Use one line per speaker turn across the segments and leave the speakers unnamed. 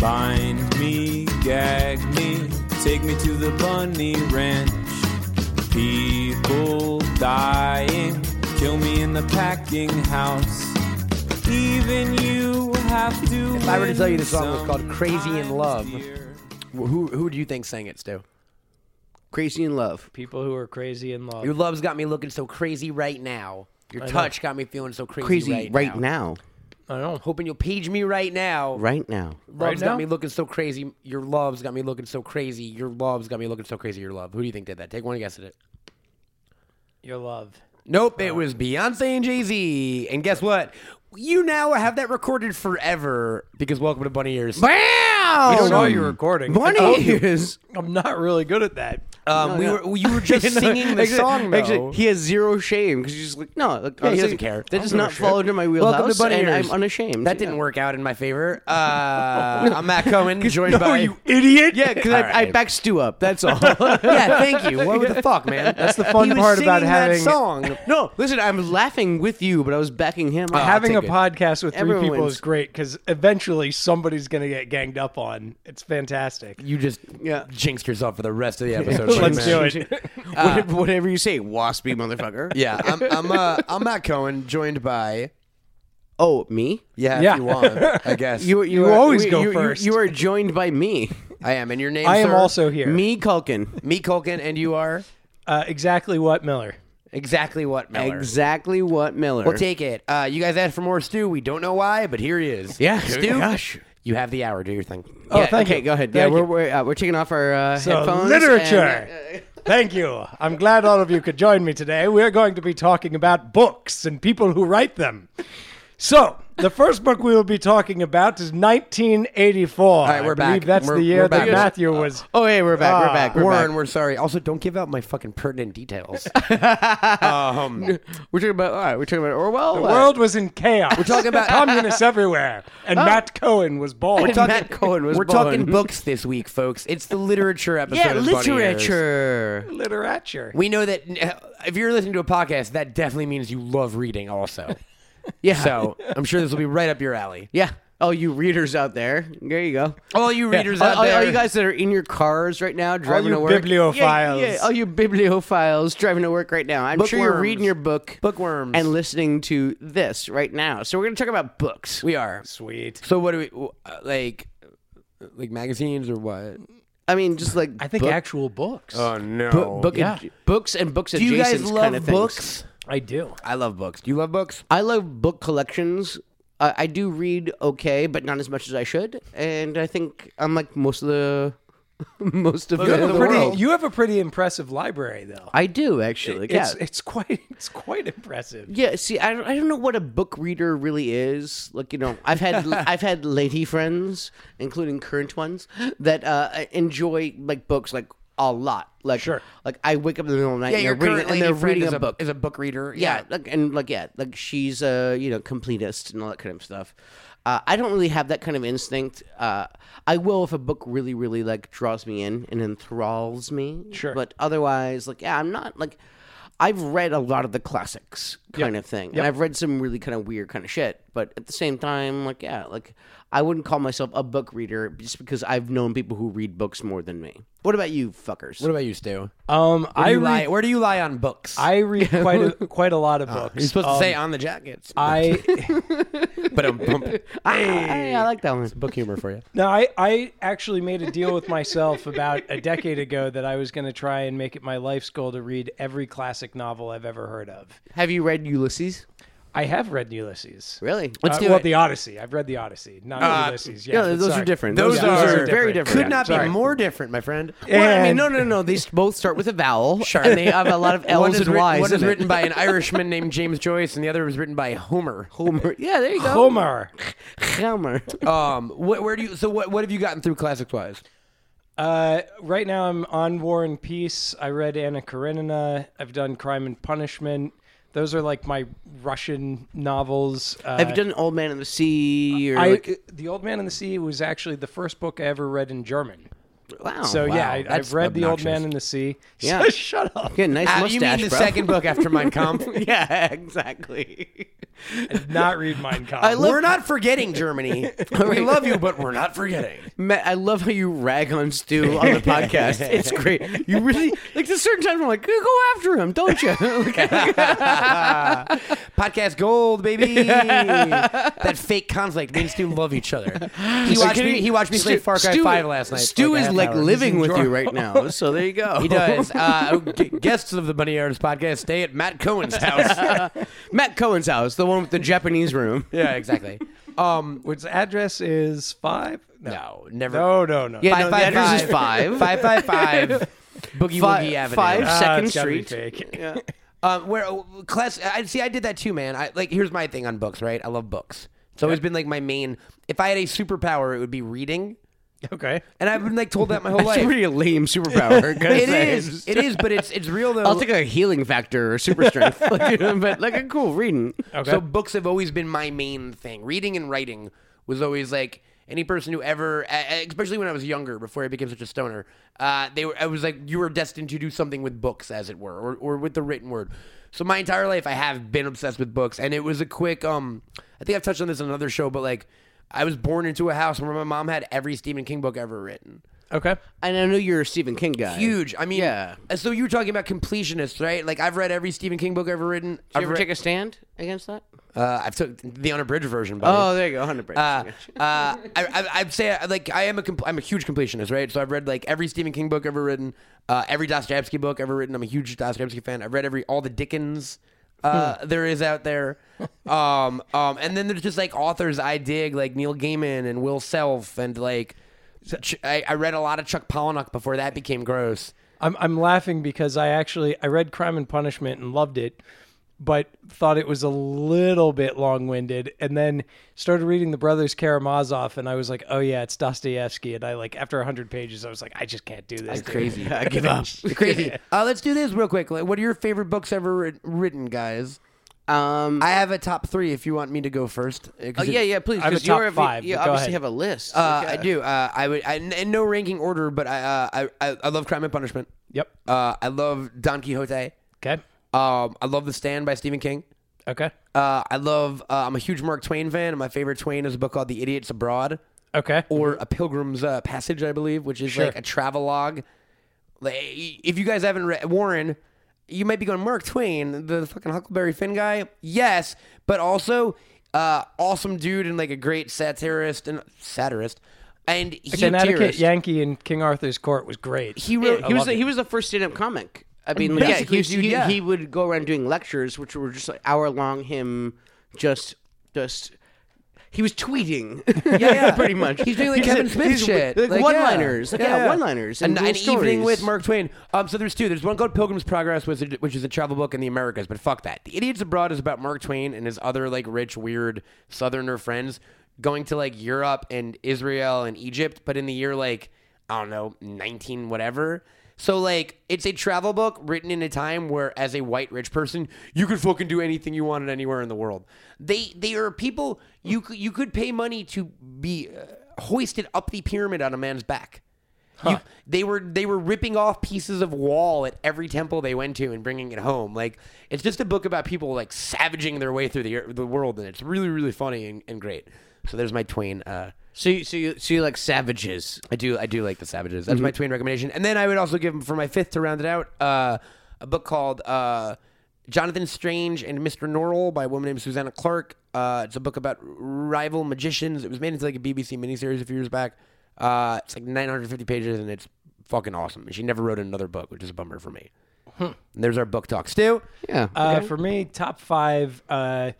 Bind me, gag me, take me to the bunny ranch. People dying, kill me in the packing house. Even you have to.
If I were to tell you the song was called
win
Crazy in Love,
sometimes, dear.
Wh- who who do you think sang it, Stu?
Crazy in love.
People who are crazy in love.
Your love's got me looking so crazy right now. Your
know.
touch got me feeling so crazy,
Crazy
right, now.
now.
I know.
Hoping you'll page me right now.
Right now.
Love's
Right
got
now?
me looking so crazy. Your love's got me looking so crazy. Your love's got me looking so crazy. Your love. Who do you think did that? Take one guess at it.
Your love.
Nope, it was Beyonce and Jay Z. And guess what? You now have that recorded forever because Welcome to Bunny Ears.
Wow.
Oh,
I don't know you're recording.
Bunny
Oh,
ears.
I'm not really good at that.
Um, we were, you were just singing the
Actually-
song, though.
Actually, he has zero shame because he's just like, no, like,
he
honestly,
doesn't care. I
That
don't
does
give a
not
shit.
fall into my wheelhouse,
Welcome to Bunny
and
Ears.
I'm unashamed.
That didn't
Yeah.
work out in my favor. Uh, I'm Matt Cohen, joined by.
idiot! Yeah, because I,
All
I
right.
backed Stu up. That's all. That's
yeah, thank you. What the fuck, man? That's
the fun part about having-
that song.
No, listen, I'm laughing with you, but I was backing him. up.
Having a
take it.
podcast with three
Everyone
people
wins.
is great because eventually somebody's going to get ganged up on. It's fantastic.
You just
Yeah.
jinxed yourself for the rest of the episode.
Let's
man.
do it.
whatever, whatever you say, waspy motherfucker.
Yeah, I'm I'm, uh, I'm Matt Cohen, joined by
Oh, me?
yeah,
Yeah.
if you want, I guess
You you,
You
are,
always
you-
go
you- you-
first.
You, are joined by me.
I am, and your name
I am
sir?
also here.
Me Culkin.
me Colkin, and you are
Uh, exactly what, Miller?
exactly what Miller.
Exactly what Miller.
We'll take it. Uh, you guys asked for more stew. We don't know why, but here it is.
yeah,
stew.
Gosh.
You have the hour. Do your thing.
Oh,
Yeah,
thank
okay,
you.
go ahead. yeah,
Thank
we're,
you.
we're, uh, we're taking off our uh,
So,
headphones.
literature.
and, uh,
Thank you. I'm glad all of you could join me today. We're going to be talking about books and people who write them. So, the first book we will be talking about is 1984. All
right, we're back.
That's
We're-
the
we're
year that
back. Uh,
Matthew was.
oh, hey, we're back.
Ah.
we're back. We're
Warren,
back.
we're sorry. Also, don't give out my fucking pertinent details. Um,
We're talking about. All right, we're talking about Orwell.
The
uh,
world was in chaos. We're
talking about-
communists everywhere, and Matt Cohen was born.
talking- Matt Cohen was
We're
born.
talking books this week, folks. It's the literature episode.
Yeah,
of Bunny Ears.
literature.
literature.
We know that uh, if you're listening to a podcast, that definitely means you love reading. Also,
Yeah.
so I'm sure this will be right up your alley.
Yeah. All you readers out there, there you go.
All Oh, you readers
all,
out
all- all
there,
you guys that are in your cars right now driving
you
to work, Yeah,
bibliophiles.
yeah,
Oh.
all you bibliophiles driving to work right now. I'm sure you're
Bookworms.
reading your book,
Bookworms.
and listening to this right now. So we're gonna talk about books.
we are.
Sweet.
So what do we uh, like? Like magazines or what?
I mean, just like
I think
book,
actual books.
Oh, no!
book, book
yeah.
ad- books and books.
do you guys
adjacents
love
kind of things.
books?
I do.
I love books. Do you love books?
I love book collections. I, I do read okay, but not as much as I should. And I think I'm like most of the most of
You have
the,
a
the
Pretty,
world.
You have a pretty impressive library, though.
I do actually. yeah.
It's, it's quite it's quite impressive.
Yeah, see, I don't, I don't know what a book reader really is. Like, you know, I've had I've had lady friends, including current ones, that uh, enjoy like books like a lot. Like,
Sure.
like I wake up in the middle of the night and they're reading, and they're reading a, book.
is a book reader.
yeah, like and like yeah, like she's a you know completist and all that kind of stuff. Uh, I don't really have that kind of instinct. Uh, I will if a book really, really like draws me in and enthralls me.
Sure.
But otherwise, like yeah, I'm not like I've read a lot of the classics kind of thing, and I've read some really kind of weird kind of shit. But at the same time, like yeah, like I wouldn't call myself a book reader just because I've known people who read books more than me. What about you, fuckers?
What about you, Stu?
Um, I
I
read,
lie, where do you lie on books?
I read quite a, quite a lot of books.
You're supposed
Um,
to say on the jackets,
I
but I'm pumping
Hey, I like that one.
book humor for you.
no, I I actually made a deal with myself about a decade ago that I was going to try and make it my life's goal to read every classic novel I've ever heard of.
Have you read Ulysses?
I have read Ulysses.
Really?
Uh, well, the Odyssey. I've read the Odyssey, not Ulysses. Yeah,
Yeah, those
sorry.
are different.
Those are
very
different.
different.
Could
Yeah.
not
sorry.
be more different, my friend.
Well, I mean,
And-
no, no, no. These both start with a vowel.
Sure.
And they have a lot of
One
L's
is,
and
writ-
Y's.
one is
in it.
written by an Irishman named James Joyce, and the other was written by Homer.
Homer. Yeah, there you go.
Homer.
Homer.
Um, wh- where do you? So, what, what have you gotten through classics wise?
Uh, right now, I'm on War and Peace. I read Anna Karenina. I've done Crime and Punishment. Those are like my Russian novels. Uh,
Have you done Old Man and the Sea? Or
I,
like-
The Old Man and the Sea was actually the first book I ever read in German.
Wow.
So yeah,
Oh, wow,
I,
that's
I've read The Old
obnoxious.
Man and the Sea.
Yeah.
So shut up.
Yeah, nice
Uh,
mustache,
you mean the
bro.
second book after Mein Kampf?
yeah, exactly.
Not read Mein Kampf.
I love-
we're not forgetting Germany. we love you, but we're not forgetting.
Matt, I love how you rag on Stu on the podcast. It's great. You really like. There's certain times I'm like, go after him, don't you? Like,
Podcast gold, baby. that fake conflict. Me and Stu love each other. He watched me. He watched me play Far Cry
Stu-
Five last night. for
Stu
like a
is
half
like
hour.
living
He's
with you
enjoying-
right now. So there you go.
He does. Uh, g- guests of the Bunny Artist Podcast stay at Matt Cohen's house.
Matt Cohen's house, the one with the Japanese room.
yeah, exactly. Um,
Which address is five?
no, never.
No, no, no.
Yeah,
Five,
no,
five,
the address is
five.
five.
Five five five. Boogie
Fi-
Woogie Avenue.
five
Ah,
Second
it's gotta be
Street.
fake.
Um, where uh, class? I see. I did that too, man. I like. Here's my thing on books, right? I love books. It's always been like my main. If I had a superpower, it would be reading,
Okay.
and I've been like told that my whole
It's
life.
pretty lame superpower. gotta
It
say.
is. It is. But it's it's real though.
I'll take a healing factor or super strength, Like, but like a cool reading.
Okay.
So books have always been my main thing. Reading and writing was always like any person who ever, uh, especially when I was younger, before I became such a stoner, uh, they were. I was like, you were destined to do something with books, as it were, or, or with the written word. So my entire life, I have been obsessed with books, and it was a quick. Um, I think I've touched on this on another show, but like, I was born into a house where my mom had every Stephen King book ever written
Okay.
And I know you're a Stephen King guy.
huge. I mean, uh,
Yeah.
So you were talking about completionists, right? Like I've read every Stephen King book ever written.
Did
I've
you ever
re-
take a stand against that?
uh, I've took the unabridged version. Buddy.
Oh, there you go, hundred
Uh,
percent.
uh, I, I, I'd say uh, like I am a compl- I'm a huge completionist, right? So I've read like every Stephen King book ever written, uh, every Dostoevsky book ever written. I'm a huge Dostoevsky fan. I've read every all the Dickens uh, there is out there, um, um, and then there's just like authors I dig, like Neil Gaiman and Will Self, and like Ch- I, I read a lot of Chuck Palahniuk before that became gross.
I'm I'm laughing because I actually I read Crime and Punishment and loved it, but thought it was a little bit long-winded, and then started reading the Brothers Karamazov, and I was like, oh yeah, it's Dostoevsky, and I like after hundred pages, I was like, I just can't do this. dude.
Crazy, I give up. Crazy. Uh, let's do this real quick. Like, what are your favorite books ever writ- written, guys?
um,
I have a top three. If you want me to go first, Uh, 'cause
Oh,
it-
yeah, yeah, please.
I have a
because you're
top
a-
five,
You
but go
obviously have
ahead.
a list.
Uh,
Okay.
I do. Uh, I would. I, in no ranking order, but I, uh, I, I, I love Crime and Punishment.
Yep.
Uh, I love Don Quixote.
Okay.
Um, I love The Stand by Stephen King.
Okay.
Uh, I love. Uh, I'm a huge Mark Twain fan. and My favorite Twain is a book called The Idiots Abroad
Okay.
or
Mm-hmm.
A Pilgrim's uh, Passage, I believe, which is like a travelogue. Like, if you guys haven't read Warren, you might be going Mark Twain, the fucking Huckleberry Finn guy. Yes, but also uh, awesome dude and like a great satirist and satirist. And he
Connecticut
theorist.
Yankee in King Arthur's Court was great.
He
Yeah,
wrote.
he was
love
the,
it.
he was the first stand up comic. I mean, like, yeah,
Basically,
he, was-
dude,
he-
yeah.
he would go around doing lectures, which were just like hour long. Him just just. He was tweeting, yeah, pretty much.
He's doing like Kevin Smith
he's-
shit,
like,
yeah.
one-liners, like, yeah, one-liners, and
An,
little
an evening
stories.
with Mark Twain. Um, so there's two. There's one called Pilgrim's Progress, which is, which is a travel book in the Americas. But fuck that. The Idiots Abroad is about Mark Twain and his other like rich, weird Southerner friends going to like Europe and Israel and Egypt, but in the year like I don't know, 19 whatever. So like it's a travel book written in a time where as a white rich person, you could fucking do anything you wanted anywhere in the world. They they are people you could, you could pay money to be uh, hoisted up the pyramid on a man's back. You, they were they were ripping off pieces of wall at every temple they went to and bringing it home. Like it's just a book about people like savaging their way through the ear- the world, and it's really really funny and, and great. So there's my Twain. Uh,
So, you, so you, so you like savages.
I do I do like the Savages. That's my
Mm-hmm.
tween recommendation. And then I would also give him for my fifth to round it out uh, a book called uh, Jonathan Strange and Mr. Norrell by a woman named Susanna Clark. Uh, it's a book about rival magicians. It was made into like a BBC miniseries a few years back. Uh, it's like 950 pages and it's fucking awesome. And she never wrote another book, which is a bummer for me. And there's our book talk. Stu,
Yeah,
Uh, for me, top five. Uh,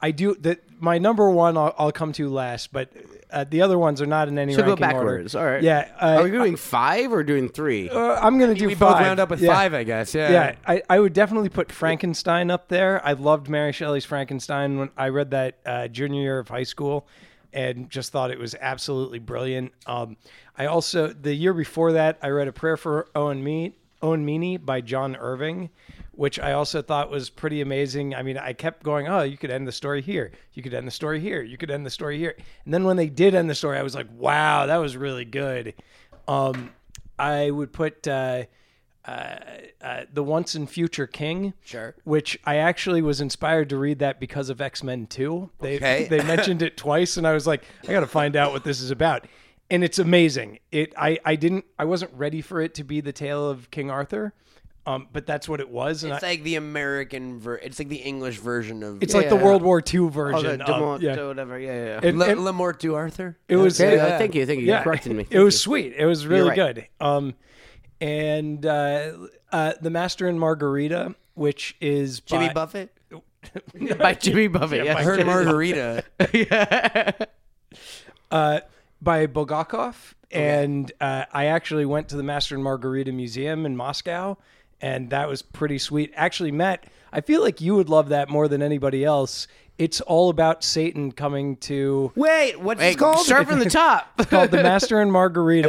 I do that. My number one, I'll, I'll come to last, but uh, the other ones are not in any
So go
ranking
backwards.
order.
All right.
Yeah, uh,
Are we doing five or doing three?
uh, I'm gonna do.
we
five.
both wound up with
Yeah.
five, I guess. Yeah.
Yeah, I, I would definitely put Frankenstein up there. I loved Mary Shelley's Frankenstein when I read that uh, junior year of high school, and just thought it was absolutely brilliant. Um, I also the year before that I read A Prayer for Owen Me Owen Meany by John Irving, which I also thought was pretty amazing. I mean, I kept going, oh, you could end the story here, you could end the story here, you could end the story here, and then when they did end the story, I was like, wow, that was really good. Um, I would put uh, uh, uh, the Once and Future King.
Sure.
Which I actually was inspired to read that because of X Men Two. They
Okay.
they mentioned it twice, and I was like, I got to find out what this is about. And it's amazing. It I I didn't I wasn't ready for it to be the tale of King Arthur, um, but that's what it was. And
It's
I,
like the American ver- it's like the English version of
it's like the
yeah.
World War II
Oh, the
version.
Dumont-
of, uh, yeah.
whatever. Yeah, yeah. yeah.
And-
Le,
and
Le Mort to Arthur.
it was
Okay,
uh,
uh, thank you, thank you. You corrected me.
It was sweet. It was really
right.
good. Um, and uh, uh, the Master and Margarita, which is
Jimmy
by,
Buffett.
by Jimmy Buffett.
I
yes.
heard Margarita.
uh, by Bulgakov, and uh, I actually went to the Master and Margarita Museum in Moscow, and that was pretty sweet. Actually, Matt, I feel like you would love that more than anybody else. It's all about Satan coming to
Wait, what's
Hey,
it called?
Start from the top.
called the Master and Margarita.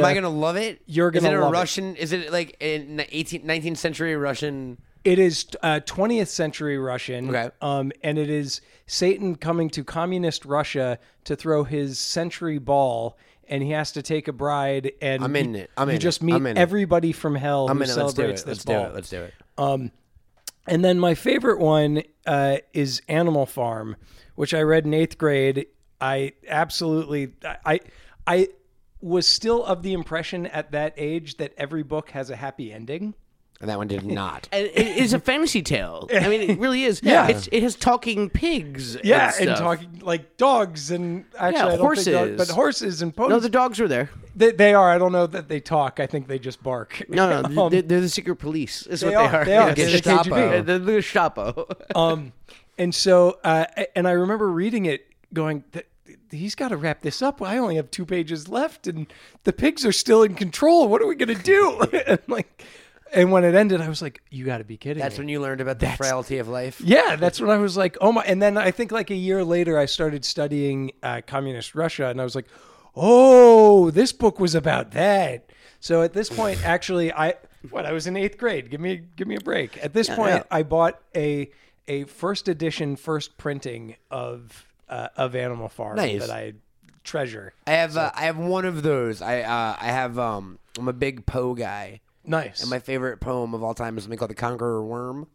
Am I gonna love it?
You're
is
gonna
it a
love it.
Russian? Is it like in the 18th, 19th century Russian?
It is uh, 20th century Russian.
Okay.
Um, and it is Satan coming to communist Russia to throw his century ball, and he has to take a bride. And
I'm in
you-
it. I'm
you
in
just
it.
meet
I'm in it.
everybody from hell
I'm
who
in it. Let's do
celebrates
it.
this
Let's do
ball.
it. Let's do it.
And then my favorite one uh, is Animal Farm, which I read in eighth grade. I absolutely, I, I was still of the impression at that age that every book has a happy ending.
And that one did not.
And it is a fantasy tale. I mean, it really is.
Yeah.
It's, it has talking pigs.
Yeah,
and,
and,
stuff.
talking like dogs and actually I don't think dog-
horses.
but horses and
No,
ponies.
the dogs were there.
they, they are. I don't know that they talk. I think they just bark.
No, no,
Um,
they're, they're the secret police. Is
they
what
are.
they
They are.
are.
They're
the
KGB.
Gestapo.
They're the Gestapo.
um, and so, uh, and I remember reading it, going, "Th- "He's got to wrap this up. I only have two pages left, and the pigs are still in control. What are we gonna do?" and like, and when it ended, I was like, "You got to be kidding
That's
me!"
when you learned about the frailty of life.
yeah, that's when I was like, "Oh my!" And then I think like a year later, I started studying uh, communist Russia, and I was like, "Oh, this book was about that." So at this point, actually, I what I was in eighth grade. Give me give me a break. At this point,
yeah.
I bought a a first edition, first printing of uh, of Animal Farm
Nice.
that I treasure.
I have uh, I have one of those. I uh, I have um I'm a big Poe guy.
Nice.
My favorite poem of all time is something called The Conqueror Worm.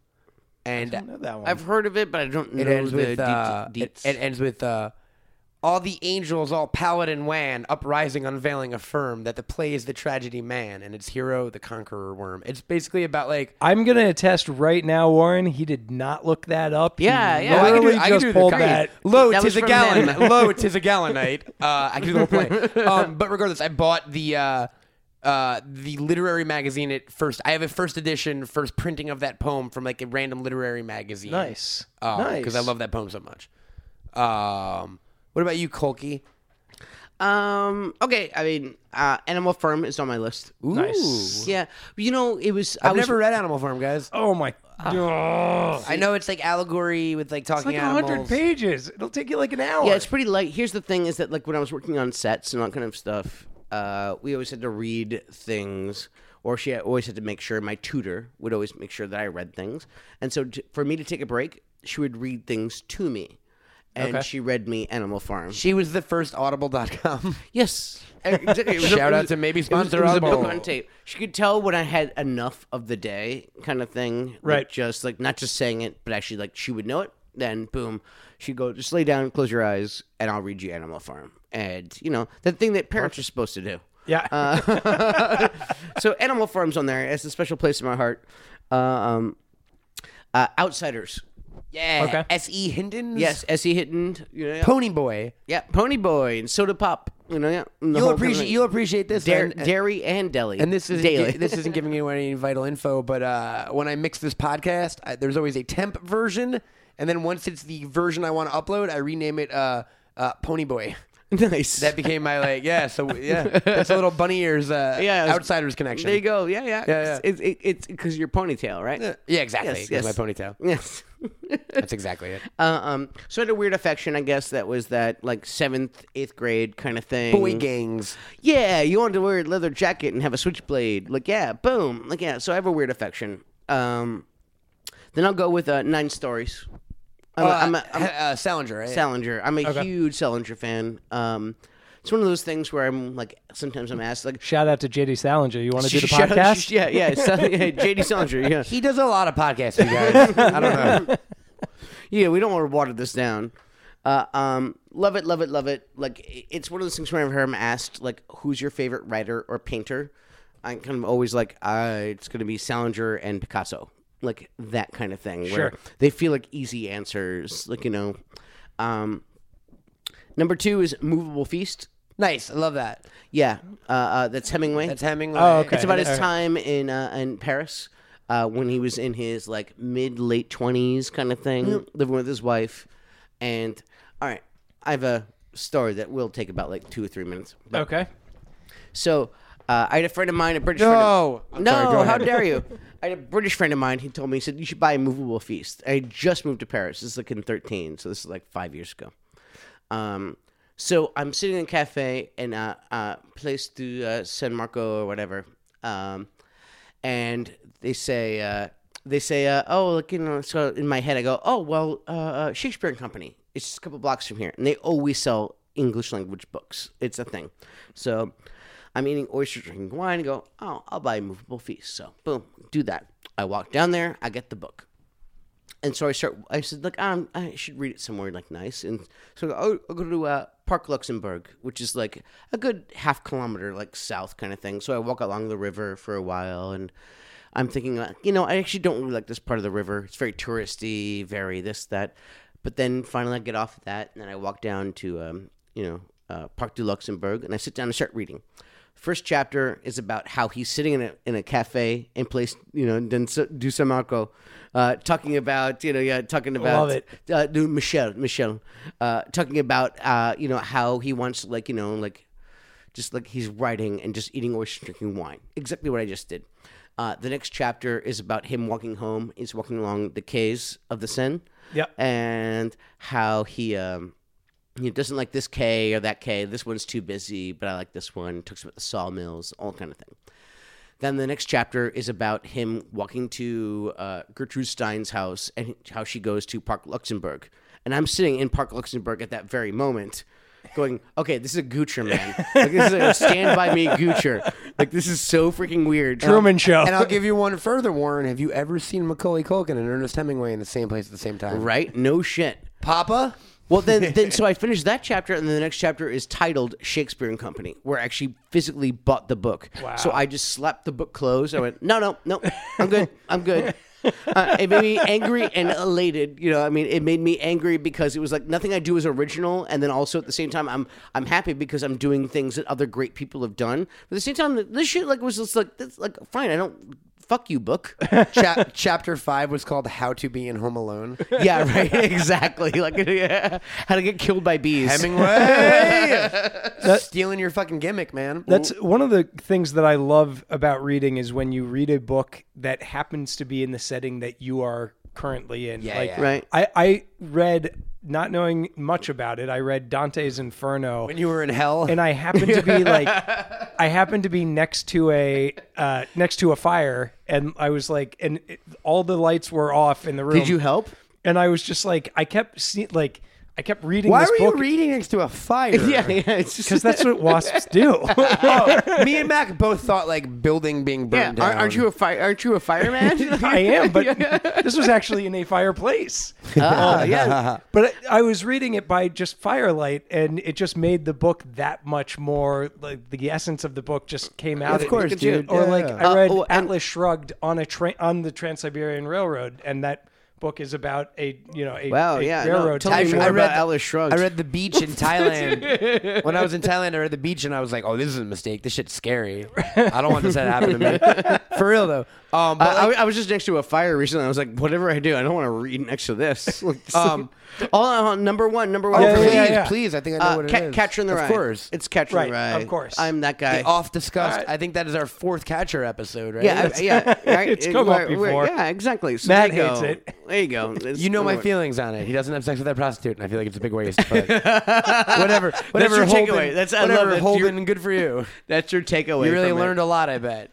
And
I know that one.
I've heard of it, but I don't know
it ends
the
with
det-
uh, it,
deets.
it ends with uh, all the angels all pallid and wan uprising unveiling affirm that the play is the tragedy man and its hero the conqueror worm it's basically about like
I'm gonna attest right now, Warren. He did not look that up. He
Yeah, yeah. I
can do-
literally
I can
just
do the
pulled
copy.
that.
Lo,
That
tis
was
a
from
gallon.
them.
Lo, tis a gallon night. Uh, I can do the whole play. Um, but regardless, I bought the uh, uh, the literary magazine at first. I have a first edition, first printing of that poem from like a random literary magazine.
Nice. nice.
Because Oh, I love that poem so much. Um, what about you, Colkey?
Um. Okay. I mean, uh, Animal Farm is on my list.
Nice.
Yeah. You know, it was. I
I've
was,
never read Animal Farm, guys.
Oh my. God.
I know it's like allegory with like
It's like
talking
hundred
animals.
pages. It'll take you like an hour.
Yeah, it's pretty light. Here's the thing: is that like when I was working on sets and that kind of stuff, uh, we always had to read things, or she always had to make sure. My tutor would always make sure that I read things, and so t- for me to take a break, she would read things to me, and she read me Animal Farm.
She was the first Audible.com.
yes, exactly. It was a-
Shout
it
out
was-
to maybe
it was-
sponsor
It was, a
Audible.
book on tape. She could tell when I had enough of the day, kind of thing. like,
Right.
just like not just saying it, but actually like she would know it. Then boom, she'd go just lay down, close your eyes, and I'll read you Animal Farm. And you know the thing that parents are supposed to do.
Yeah.
Uh, so Animal Farm's on there. It's a special place in my heart. Uh, um, uh, Outsiders.
yeah.
Okay.
S. E. Hinton.
Yes, S.E. Hinton. You know, yeah.
Pony Boy.
yeah, Pony Boy and Soda Pop. You know, yeah. and the
You'll
whole kind of
appreciate
thing.
you'll appreciate this.
Dairy,
and,
dairy and deli.
and this is
daily.
this isn't giving you any vital info, but uh, when I mix this podcast, I, there's always a temp version, and then once it's the version I want to upload, I rename it uh, uh, Pony Boy.
nice.
That became my like yeah, so yeah, that's a little bunny ears uh,
Yeah, it was-
outsiders connection.
there you go. Yeah, yeah.
Yeah, yeah.
It's it, it's because your ponytail, right?
Yeah, exactly.
Yes,
That's
yes.
my ponytail.
Yes.
That's exactly it.
Uh, um. So I had a weird affection, I guess. That was that like seventh, eighth grade kind of thing.
Boy gangs.
Yeah, you wanted to wear a leather jacket and have a switchblade. Like yeah, boom. Like yeah. So I have a weird affection. Um. Then I'll go with uh, nine stories. I'm, a-
Uh,
I'm, a, I'm a
uh, Salinger, right?
Salinger. I'm a huge Salinger fan. Um. it's one of those things where I'm like, sometimes I'm asked like,
Shout out to JD Salinger. You want to do the
Shout out-
podcast?
yeah, yeah, Sal- yeah, JD Salinger, yeah,
He does a lot of podcasts, you guys. I don't know.
yeah. We don't want to water this down. Uh, um, love it, love it, love it. Like i- it's one of those things whenever I'm asked like, who's your favorite writer or painter, I'm kind of always like, uh, it's going to be Salinger and Picasso, like that kind of thing. Where
Sure.
they feel like easy answers, like you know. Um, number two is Movable Feast.
Nice. I love that.
Yeah, uh, uh, that's Hemingway.
That's Hemingway.
Oh, okay.
It's about
All
his
right.
time in uh, in Paris uh, when he was in his like mid late twenties kind of thing, living with his wife. And all right, I have a story that will take about like two or three minutes. But,
Okay.
So uh, I had a friend of mine, a British
No.
friend. Of, no, how dare you? I had a British friend of mine. He told me he said you should buy a movable feast. I had just moved to Paris. This is like in thirteen, so this is like five years ago. Um, so I'm sitting in a cafe in a, uh place to uh, San Marco or whatever, um, and they say uh, they say, uh, "Oh, like you know." So in my head, I go, "Oh, well, uh, uh, Shakespeare and Company. It's just a couple blocks from here, and they always sell English language books. It's a thing." So I'm eating oysters, drinking wine, and go, "Oh, I'll buy a movable feast." So boom, do that. I walk down there, I get the book. And so I start. I said, like, um, I should read it somewhere like nice. And so I go, oh, I'll go to uh, Park Luxembourg, which is like a good half kilometer like south kind of thing. So I walk along the river for a while, and I'm thinking, like, you know, I actually don't really like this part of the river. It's very touristy, very this that. But then finally, I get off of that, and then I walk down to, um, you know, uh, Park du Luxembourg, and I sit down and start reading. First chapter is about how he's sitting in a in a cafe in place, you know, in Du Samarco, uh, talking about, you know, yeah, talking about
Love it.
uh, no, Michelle, Michelle, uh, talking about uh, you know how he wants to, like you know like just like he's writing and just eating oysters, drinking wine. Exactly what I just did. Uh, the next chapter is about him walking home. He's walking along the quays of the Seine.
Yep.
And how he um, he doesn't like this K or that K. This one's too busy, but I like this one. Talks about the sawmills, all kind of thing. Then the next chapter is about him walking to uh, Gertrude Stein's house and how she goes to Park Luxembourg. And I'm sitting in Park Luxembourg at that very moment, going, "Okay, this is a Gucci man. Like this is a Stand by Me Gucci. Like this is so freaking weird."
Truman Show.
And I'll give you one further, Warren. Have you ever seen Macaulay Culkin and Ernest Hemingway in the same place at the same time?
right? No shit.
Papa?
Well, then, then so I finished that chapter, and then the next chapter is titled Shakespeare and Company, where I actually physically bought the book. Wow. So I just slapped the book closed. I went, no, no, no, I'm good, I'm good. Uh, it made me angry and elated. You know, I mean, it made me angry because it was like nothing I do is original, and then also at the same time, I'm I'm happy because I'm doing things that other great people have done. But at the same time, this shit like was just like this, like fine, I don't fuck you, book.
Chap- chapter five was called How to Be in Home Alone.
yeah, right, exactly. Like, yeah. how to get killed by bees.
Hemingway! Stealing your fucking gimmick, man.
That's one of the things that I love about reading is when you read a book that happens to be in the setting that you are currently in.
Yeah,
like,
yeah.
Right.
I, I read, not knowing much about it, I read Dante's Inferno.
when you were in hell.
and I happened to be like, I happened to be next to a uh, next to a fire, and I was like, and it, all the lights were off in the room.
Did you help?
And I was just like, I kept see, like, I kept reading.
Why
this
were you
book
reading next to a fire?
Yeah, yeah. It's just
Because that's what wasps do.
Me and Mac both thought like building being
yeah.
burned down.
Aren't, aren't you a fire? Aren't you a fireman?
I am, but this was actually in a fireplace.
Ah, yeah.
But I, I was reading it by just firelight, and it just made the book that much more like the essence of the book just came out.
of course,
at me.
dude.
Or like
Yeah.
I read
oh, and-
Atlas Shrugged on a train on the Trans Siberian Railroad, and that book is about a you know a,
Wow,
a
yeah, no,
railroad.
tell me
train.
more
I read
about Alice Shrugged.
I read the beach in Thailand. when I was in Thailand, I read the beach and I was like, "Oh, this is a mistake. This shit's scary. I don't want this to happen to me." For real though. Um, but,
Uh, I,
like,
I was just next to a fire recently. I was like, whatever I do, I don't want to read next to this. um, all on number one, number one.
Oh, yeah,
for
please,
me.
yeah, yeah.
please. I think I know
Uh,
what it is.
ca- catcher in the
of
rye.
course.
it's catcher in the
Right,
rye.
of course.
I'm that guy.
The off discussed.
Alright.
I think that is our fourth catcher episode, right?
yeah, I, yeah. Right?
It's come up
We're- we're-
before.
Yeah, exactly. So
Matt
there you
hates
go.
it.
There you go. It's-
You know my
whatever.
feelings on it. He doesn't have sex with that prostitute, and I feel like it's a big waste. But whatever, whatever.
your
Holden,
takeaway. That's- I love
whatever.
it.
Holden, good for you.
That's your takeaway.
You really
from it.
learned a lot, I bet.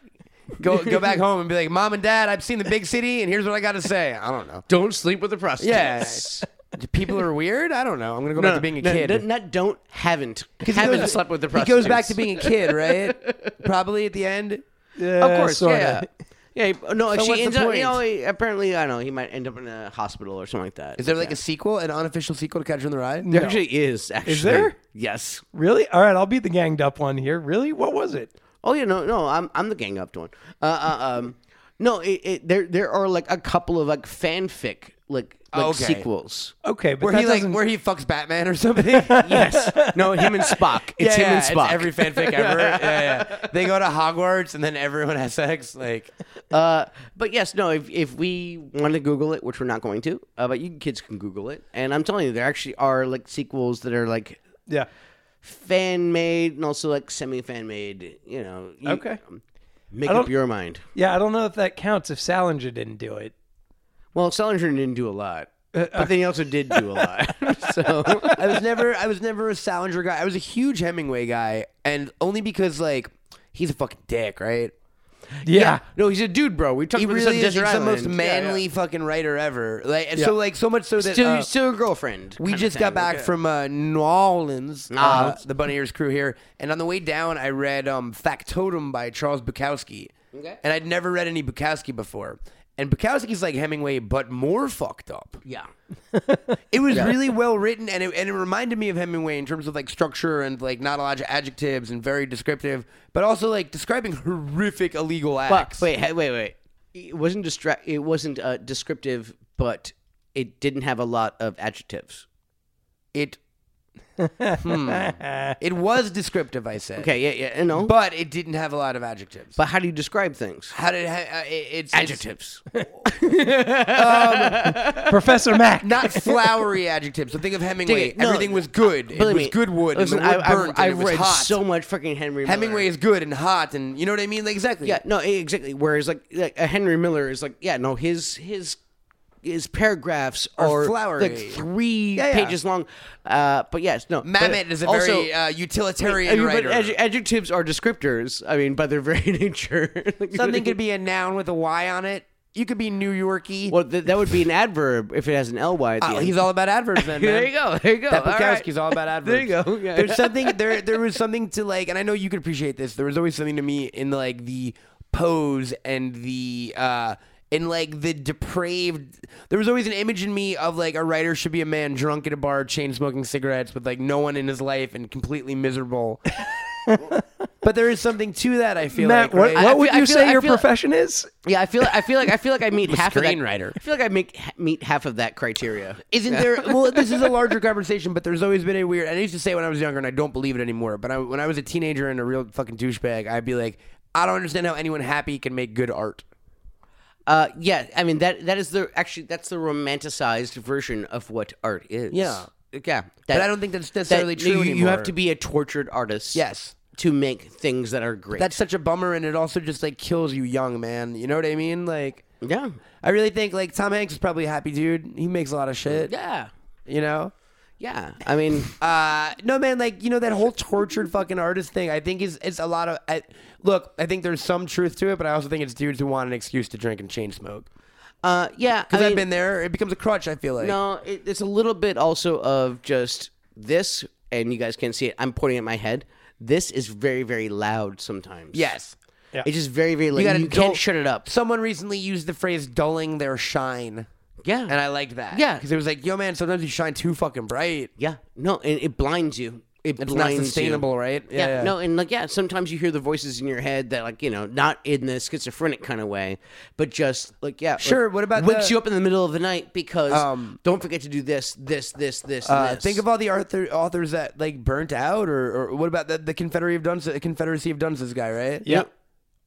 Go go back home and be like, Mom and Dad, I've seen the big city, and here's what I got to say. I don't know.
Don't sleep with a prostitute.
Yes. people are weird. I don't know. I'm gonna go back to being a
No,
kid.
no, not don't haven't
He
haven't
goes-
slept with the
He
prostitutes.
goes back to being a kid, right? Probably at the end.
Yeah,
of course,
sorta.
yeah. Yeah, he- no,
what's
she
the
ends up.
point?
You know, he- apparently, I don't know. He might end up in a hospital or something like that.
Is there like a sequel, an unofficial sequel to Catcher in the Rye?
There actually is. Actually,
there?
Yes.
Really? All right, I'll be the ganged up one here. Really? What was it?
Oh yeah, no, no, I'm I'm the gang up one. Uh, uh, um, no, it, it, there there are like a couple of like fanfic like like
Okay.
sequels.
Okay, but
Where
that
he like
doesn't-
where he fucks Batman or something? it's
Yes. No, him and Spock. It's him and Spock.
every fanfic ever. yeah, yeah. They go to Hogwarts and then everyone has sex. Like
uh, but yes, no. If if we want to Google it, which we're not going to, uh, but you kids can Google it, and I'm telling you, there actually are like sequels that are like
yeah.
fan made and also like semi fan made. You know. You-
Okay.
Make
I
up
don't-
your mind.
Yeah, I don't know if that counts if Salinger didn't do it.
Well, Salinger didn't do a lot, but then he also did do a lot. so.
I was never I was never a Salinger guy. I was a huge Hemingway guy, and only because like he's a fucking dick, right?
Yeah.
No, he's a dude, bro. We talked
He
about
really is
this on
he's
Desert
the
Island.
most manly fucking writer ever. Like and so like so much so that
Still,
uh,
still a girlfriend.
We
kinda
just
thing.
got back from uh, New Orleans, uh,
Orleans.
the Bunny Ears crew here, and on the way down, I read um, Factotum by Charles Bukowski,
Okay.
and I'd never read any Bukowski before. And Bukowski's like Hemingway, but more fucked up.
Yeah.
It was really well written, and it, and it reminded me of Hemingway in terms of like structure and like not a lot of adjectives and very descriptive, but also like describing horrific illegal
Fuck.
acts.
Wait, hey, wait, wait. It wasn't distra- It wasn't uh, descriptive, but it didn't have a lot of adjectives.
it, hmm. it was descriptive. I said,
Okay. Yeah. Yeah. You know. But,
but it didn't have a lot of adjectives.
but how do you describe things?
How did ha- uh, it, it's
Adjectives.
Professor Mac.
It's not flowery adjectives. So think of Hemingway.
Dude, no.
Everything was good. It was
Believe me,
good wood.
Listen,
and the wood
I,
burnt.
I've,
and
I've
it was
read
hot.
so much fucking Henry. Miller.
Hemingway is good and hot, and you know what I mean. Like exactly.
Yeah. No. Exactly. Whereas like, like a Henry Miller is like yeah no his his. His paragraphs
Are
are
flowery.
like three
yeah.
pages long, uh, but yes, no. but
Mamet is a
also-
very uh, utilitarian
I mean,
writer.
But adj- adjectives are descriptors. I mean, by their very nature, Like,
Something could be a noun with a Y on it. You could be New Yorkie.
Well, th- that would be an adverb if it has an ly at the
Uh,
end.
he's all about adverbs, then. man.
there you go. There you go.
That
all right.
Bukowski's all, about adverbs.
There you go, yeah.
There's something there. There was something to like, and I know you could appreciate this. There was always something to me in like the pose and the uh in like the depraved. There was always an image in me of like a writer should be a man drunk at a bar, chain smoking cigarettes with like no one in his life and completely miserable. but there is something to that. I feel like
Matt, what,
right?
what
I
would
feel- I
you
feel-
say
I
your
feel-
profession is?
Yeah, I feel. I feel like. I feel like I meet half of that.
screenwriter.
I feel like I make ha- meet half of that criteria.
Isn't there? Well, this is a larger conversation, but there's always been a weird. And I used to say when I was younger, and I don't believe it anymore. But I, when I was a teenager and a real fucking douchebag, I'd be like, I don't understand how anyone happy can make good art.
Uh, yeah, I mean that. That is the actually. That's the romanticized version of what art is.
Yeah.
Yeah. That,
But I don't think that's necessarily true
you,
anymore.
You have to be a tortured artist.
Yes.
To make things that are great.
That's such a bummer, and it also just like kills you young, man. You know what I mean? Like,
yeah.
I really think like Tom Hanks is probably a happy dude. He makes a lot of shit.
Yeah.
You know.
Yeah. I mean.
Uh, no, man, like, you know, that whole tortured fucking artist thing, I think is, it's a lot of, I, look, I think there's some truth to it, but I also think it's dudes who want an excuse to drink and chain smoke.
Uh, yeah.
Because
I
I've
mean-
been there. It becomes a crutch. I feel like.
No, it, it's a little bit also of just this, and you guys can't see it. I'm pointing at my head. This is very, very loud sometimes.
Yes.
It's just very, very loud. You,
gotta dull-
can't shut it up.
Someone recently used the phrase "dulling their shine,"
Yeah.
and I liked that.
Yeah.
Because it was like, yo, man, sometimes you shine too fucking bright.
yeah. No, and it blinds you.
It's
It
not
blinds
sustainable,
you.
right?
Yeah, No, and like, yeah, sometimes you hear the voices in your head that, like, you know, not in the schizophrenic kind of way, but just like, yeah. like,
Sure, what about
wakes
the-
you up in the middle of the night because
Um,
don't forget to do this, this, this, this,
Uh,
this.
think of all the Arthur authors that like burnt out, or, or what about the, the Confederacy of Dunces, Confederacy of Dunces guy, right?
Yeah.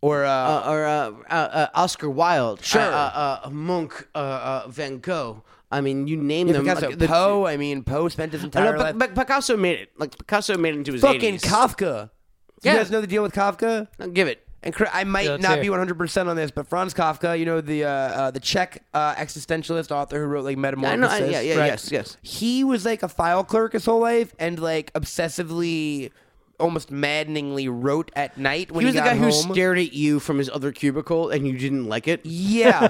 Or uh,
uh, or uh, uh, uh, Oscar Wilde,
Sure.
uh, uh, uh, Monk, uh, uh, Van Gogh. I mean, you name them.
Picasso,
like, the-
Poe. um, uh, I mean, Poe spent his
I
entire
know,
life.
but, but Picasso made it. Like Picasso made it into his
fucking
80s.
Kafka. Do
Yeah.
You guys know the deal with Kafka?
Now Give it.
and cr- I might
Yeah, let's
not
hear
be
it.
100 percent on this, but Franz Kafka, you know the uh, uh, the Czech uh, existentialist author who wrote like
I know.
Metamorphosis.
I, yeah. Yeah.
Right.
Yes. Yes.
He was like a file clerk his whole life and like obsessively almost maddeningly wrote at night when
He
he,
was the
got
guy who
home.
stared at you from his other cubicle and you didn't like it.
Yeah.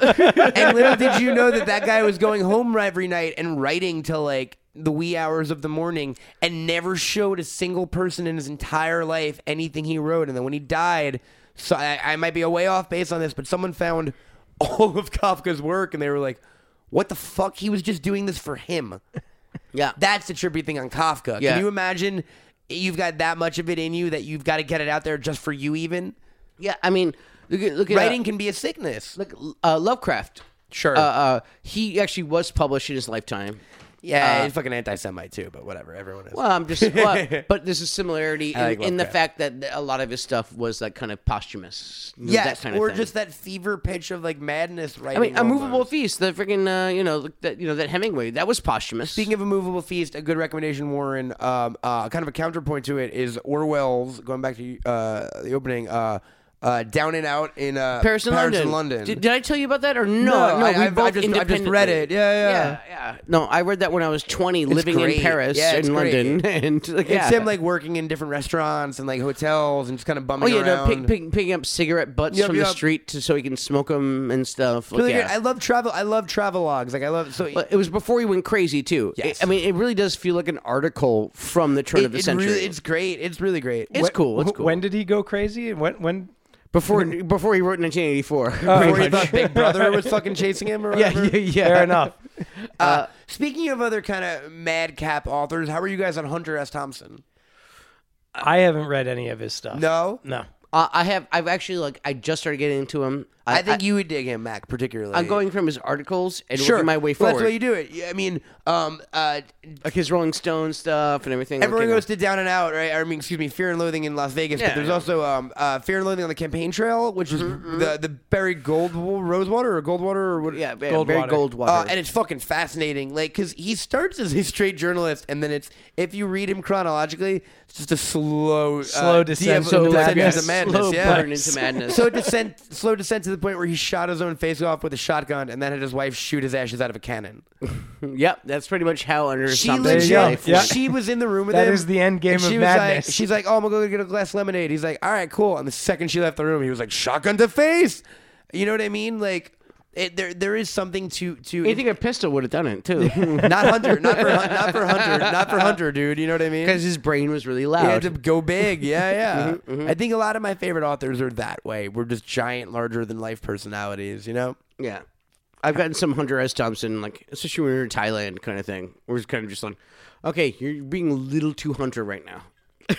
and little did you know that that guy was going home every night and writing till like the wee hours of the morning and never showed a single person in his entire life anything he wrote. And then when he died, so I, I might be a way off base on this, but someone found all of Kafka's work and they were like, what the fuck? He was just doing this for him.
Yeah.
That's the trippy thing on Kafka.
Yeah.
Can you imagine you've got that much of it in you that you've got to get it out there just for you, even?
yeah, I mean, look at look at uh,
Writing can be a sickness.
look uh, Lovecraft.
Sure.
Uh, uh, he actually was published in his lifetime.
Yeah, he's fucking anti-Semite too, but whatever. Everyone is.
Uh, Well, I'm just, well, but there's a similarity in,
I like
in the
Lovecraft.
fact that th- a lot of his stuff was like kind of posthumous. you know,
yes,
that kind of
or
thing.
just that fever pitch of like madness
I
writing.
mean, a movable
almost.
feast. The freaking, uh, you know, like that you know that Hemingway that was posthumous.
Speaking of a movable feast, a good recommendation, Warren. Um, uh, kind of a counterpoint to it is Orwell's. Going back to uh, the opening, uh, uh, Down and Out in uh,
Paris and London.
London.
Did, did I tell you about that or no?
No, I-
we
I've-
both
I've just- I've just
independently-
read it. Yeah, yeah.
yeah, yeah. No, I read that when I was 20, living
great.
in Paris
Yeah, it's
and
great.
London, and like, yeah.
It's him like working in different restaurants and like hotels and just kind of
Oh
bumming
yeah, no,
around.
pick, pick, picking up cigarette butts
Yep,
from the
yep.
street to, so he can smoke them and stuff. Like,
Really good.
yeah.
I love travel. I love travel logs. Like I love so.
But it was before he went crazy too.
Yes.
I mean, it really does feel like an article from the turn
it-
of the
it
century.
really- it's great. It's really great.
It's cool. It's
Wh-
cool.
When did he go crazy? When when
before before he wrote in
Oh,
1984.
Before he thought Big Brother was fucking chasing him or
yeah,
whatever.
yeah, yeah.
fair enough.
Uh, speaking of other kind of madcap authors, how are you guys on Hunter S. Thompson?
I haven't read any of his stuff.
No,
No.
Uh, I have. I've actually like. I just started getting into him.
I, think you would dig him, Mac, particularly.
I'm going from his articles and
sure
working my way
Well,
forward.
that's the way you do it. Yeah, I mean, um, uh,
like his Rolling Stone stuff and everything.
everyone
like, you
goes to Down and Out, right? I mean, excuse me, Fear and Loathing in Las Vegas,
Yeah,
but there's
yeah.
also um, uh, Fear and Loathing on the Campaign Trail, which is the the Barry Gold Rosewater or Goldwater or what?
know. mm-hmm. yeah, very
Goldwater.
Goldwater. Goldwater.
Uh, and it's fucking fascinating, like, because he starts as a straight journalist, and then it's if you read him chronologically, it's just a slow,
Slow
uh,
descent
dev-
into
into
madness.
madness,
slow
yeah.
burn into madness.
slow descent, slow descent to the point where he shot his own face off with a shotgun, and then had his wife shoot his ashes out of a cannon.
yep, that's pretty much how under
She
something.
legit- There you
legit,
go. Yeah.
she was in the room with
That
him.
is the end game
and
of
she
madness.
Was like, she's like, "Oh, I'm gonna go get a glass of lemonade." He's like, "All right, cool." And the second she left the room, he was like, "Shotgun to face." You know what I mean? Like, it, there there is something to to
You think a pistol would have done it too?
not Hunter, not for Hun- not for Hunter, not for Hunter, dude. You know what I mean?
Because his brain was really
You had
loud.
to go big, yeah, yeah.
Mm-hmm,
I think a lot of my favorite authors are that way. We're just giant, larger than life personalities, you know.
Yeah. I've gotten some Hunter S. Thompson, like, especially when you're in Thailand kind of thing. Where it's kind of just like, okay, you're being a little too Hunter right now.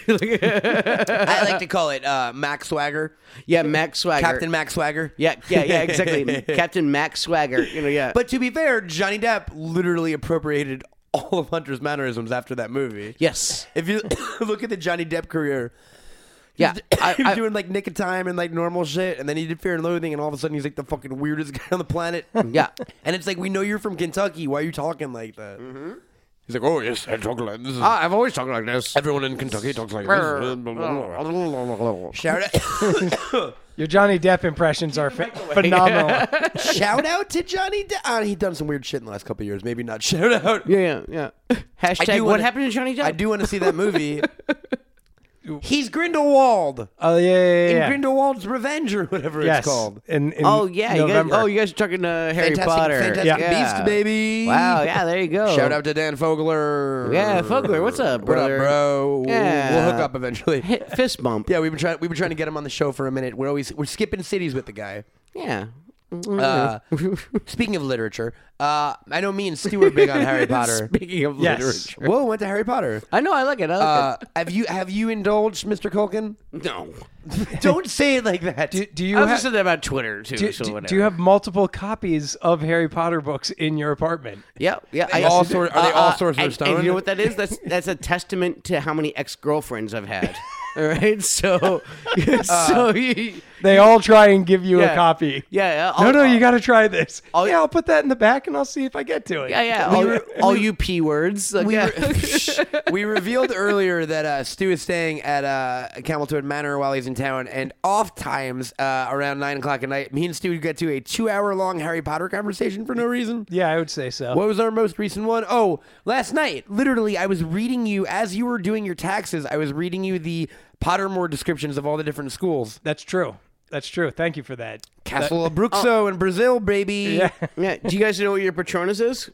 I like to call it uh, Max Swagger,
Yeah, Max Swagger.
Captain Max Swagger.
Yeah, yeah, yeah, exactly. Captain Max Swagger. You know, yeah.
But to be fair, Johnny Depp literally appropriated all of Hunter's mannerisms after that movie.
yes.
If you look at the Johnny Depp career,
Yeah. I,
he was
I-
doing like Nick of Time and like normal shit, and then he did Fear and Loathing, and all of a sudden he's like the fucking weirdest guy on the planet.
yeah.
And it's like, we know you're from Kentucky. Why are you talking like that? Mm-hmm. He's like, oh, yes, I talk like this. Is,
I've always talked like this.
everyone in Kentucky talks like
Oh.
Oh.
this. shout, out,
Your Johnny Depp impressions are ph- phenomenal.
shout out to Johnny Depp. Ah, he's done some weird shit in the last couple of years. Maybe not shout out.
Yeah, yeah, yeah. Hashtag
do
what
wanna-
happened to Johnny Depp?
I do want to see that movie. he's Grindelwald.
Oh yeah, yeah, yeah.
In
yeah.
Grindelwald's Revenge or whatever
yes.
it's called.
In, in
Oh, yeah. You guys,
November.
oh, you guys are talking uh, Harry
Fantastic-
Potter.
Fantastic
yeah.
Beast, baby.
Wow, yeah, there you go.
Shout out to Dan Fogler.
Yeah, Fogler, what's up,
What
brother?
up, bro?
Yeah.
We'll hook up eventually.
Hit fist bump.
Yeah, we've been trying. We've been trying to get him on the show for a minute. We're always we're skipping cities with the guy.
Yeah. Mm-hmm.
Uh, speaking of literature, uh, I know me and Stu are big on Harry Potter.
Speaking of
Yes.
literature.
Whoa, went to Harry Potter.
I know, I like it. I like
Uh, have you have you indulged, Mr. Culkin?
it. No.
Don't say it like that.
do, do you
I was
have
just said that about Twitter too.
do,
so
do-
whatever.
do you have multiple copies of Harry Potter books in your apartment?
Yeah, yeah.
They all sort- are they all Sorcerer's
and-
Stone?
And you know what that is? That's that's a
Uh,
testament to how many ex girlfriends I've had. All right, so so you,
They all try and give you
Yeah.
a copy.
Yeah, yeah,
no,
I'll-
no, you
I'll-
got to try this. Oh,
I'll-
yeah, I'll put that in the back and I'll see if I get to it.
Yeah, yeah. All, you- all you p words. Like, yeah.
we revealed earlier that uh, Stu is staying at uh, Cameltoad Manor while he's in town, and oft times uh, around nine o'clock at night, me and Stu get to a two-hour-long Harry Potter conversation for no reason.
Yeah, I would say so.
What was our most recent one? Oh, last night. Literally, I was reading you as you were doing your taxes. I was reading you the Pottermore descriptions of all the different schools.
That's true. That's true. Thank you for that.
Castle Abruxo in Brazil, baby.
Yeah.
Oh. yeah. Do you guys know what your Patronus is?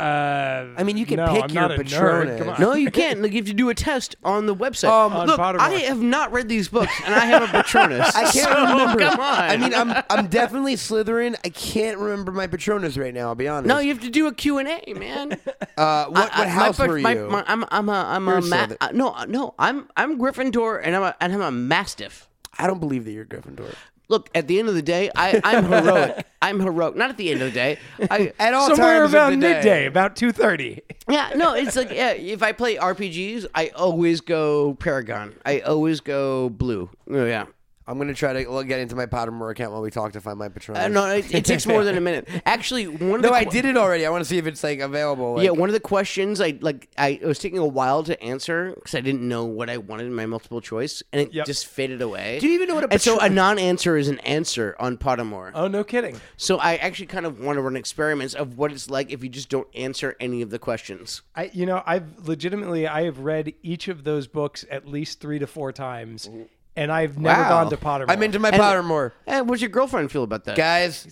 Uh,
I mean, you can
no,
pick
I'm
your
not a
Patronus.
nerd. Come on.
No, you can't. Like, if you do a test on the website.
On
Um, look,
Pottermore.
I have not read these books, and I have a Patronus.
I can't remember.
Come on.
I mean, I'm I'm definitely Slytherin. I can't remember my Patronus right now. I'll be honest.
no, you have to do a Q and A, man.
Uh, what
I-
what
I- my
house
fir-
were
my-
you?
my- I'm I'm a I'm a
You're
ma-
Southern.
uh, no uh, no I'm I'm Gryffindor and I'm a, and I'm a Mastiff.
I don't believe that you're Gryffindor.
Look, at the end of the day, I, I'm heroic. I'm heroic. Not at the end of the day. I,
At all
Somewhere
times
about
of the day.
midday, about two thirty.
yeah, no, it's like yeah, if I play RPGs, I always go Paragon. I always go blue. Oh yeah.
I'm gonna try to get into my Pottermore account while we talk to find my Patronus.
Uh, no, it, it takes more than a minute. Actually, one of
no,
the
I
que-
did it already. I want to see if it's like available. Like,
yeah, one of the questions I like, I it was taking a while to answer because I didn't know what I wanted in my multiple choice, and it
Yep.
just faded away.
Do you even know what a
And so a
Patronus-
non-answer is an answer on Pottermore.
Oh, no kidding.
So I actually kind of want to run experiments of what it's like if you just don't answer any of the questions.
I, you know, I've legitimately, I have read each of those books at least three to four times, and I've never
Wow.
gone to Pottermore.
Mm-hmm. I'm into my
And-
Pottermore.
Eh, what's your girlfriend feel about that?
Guys,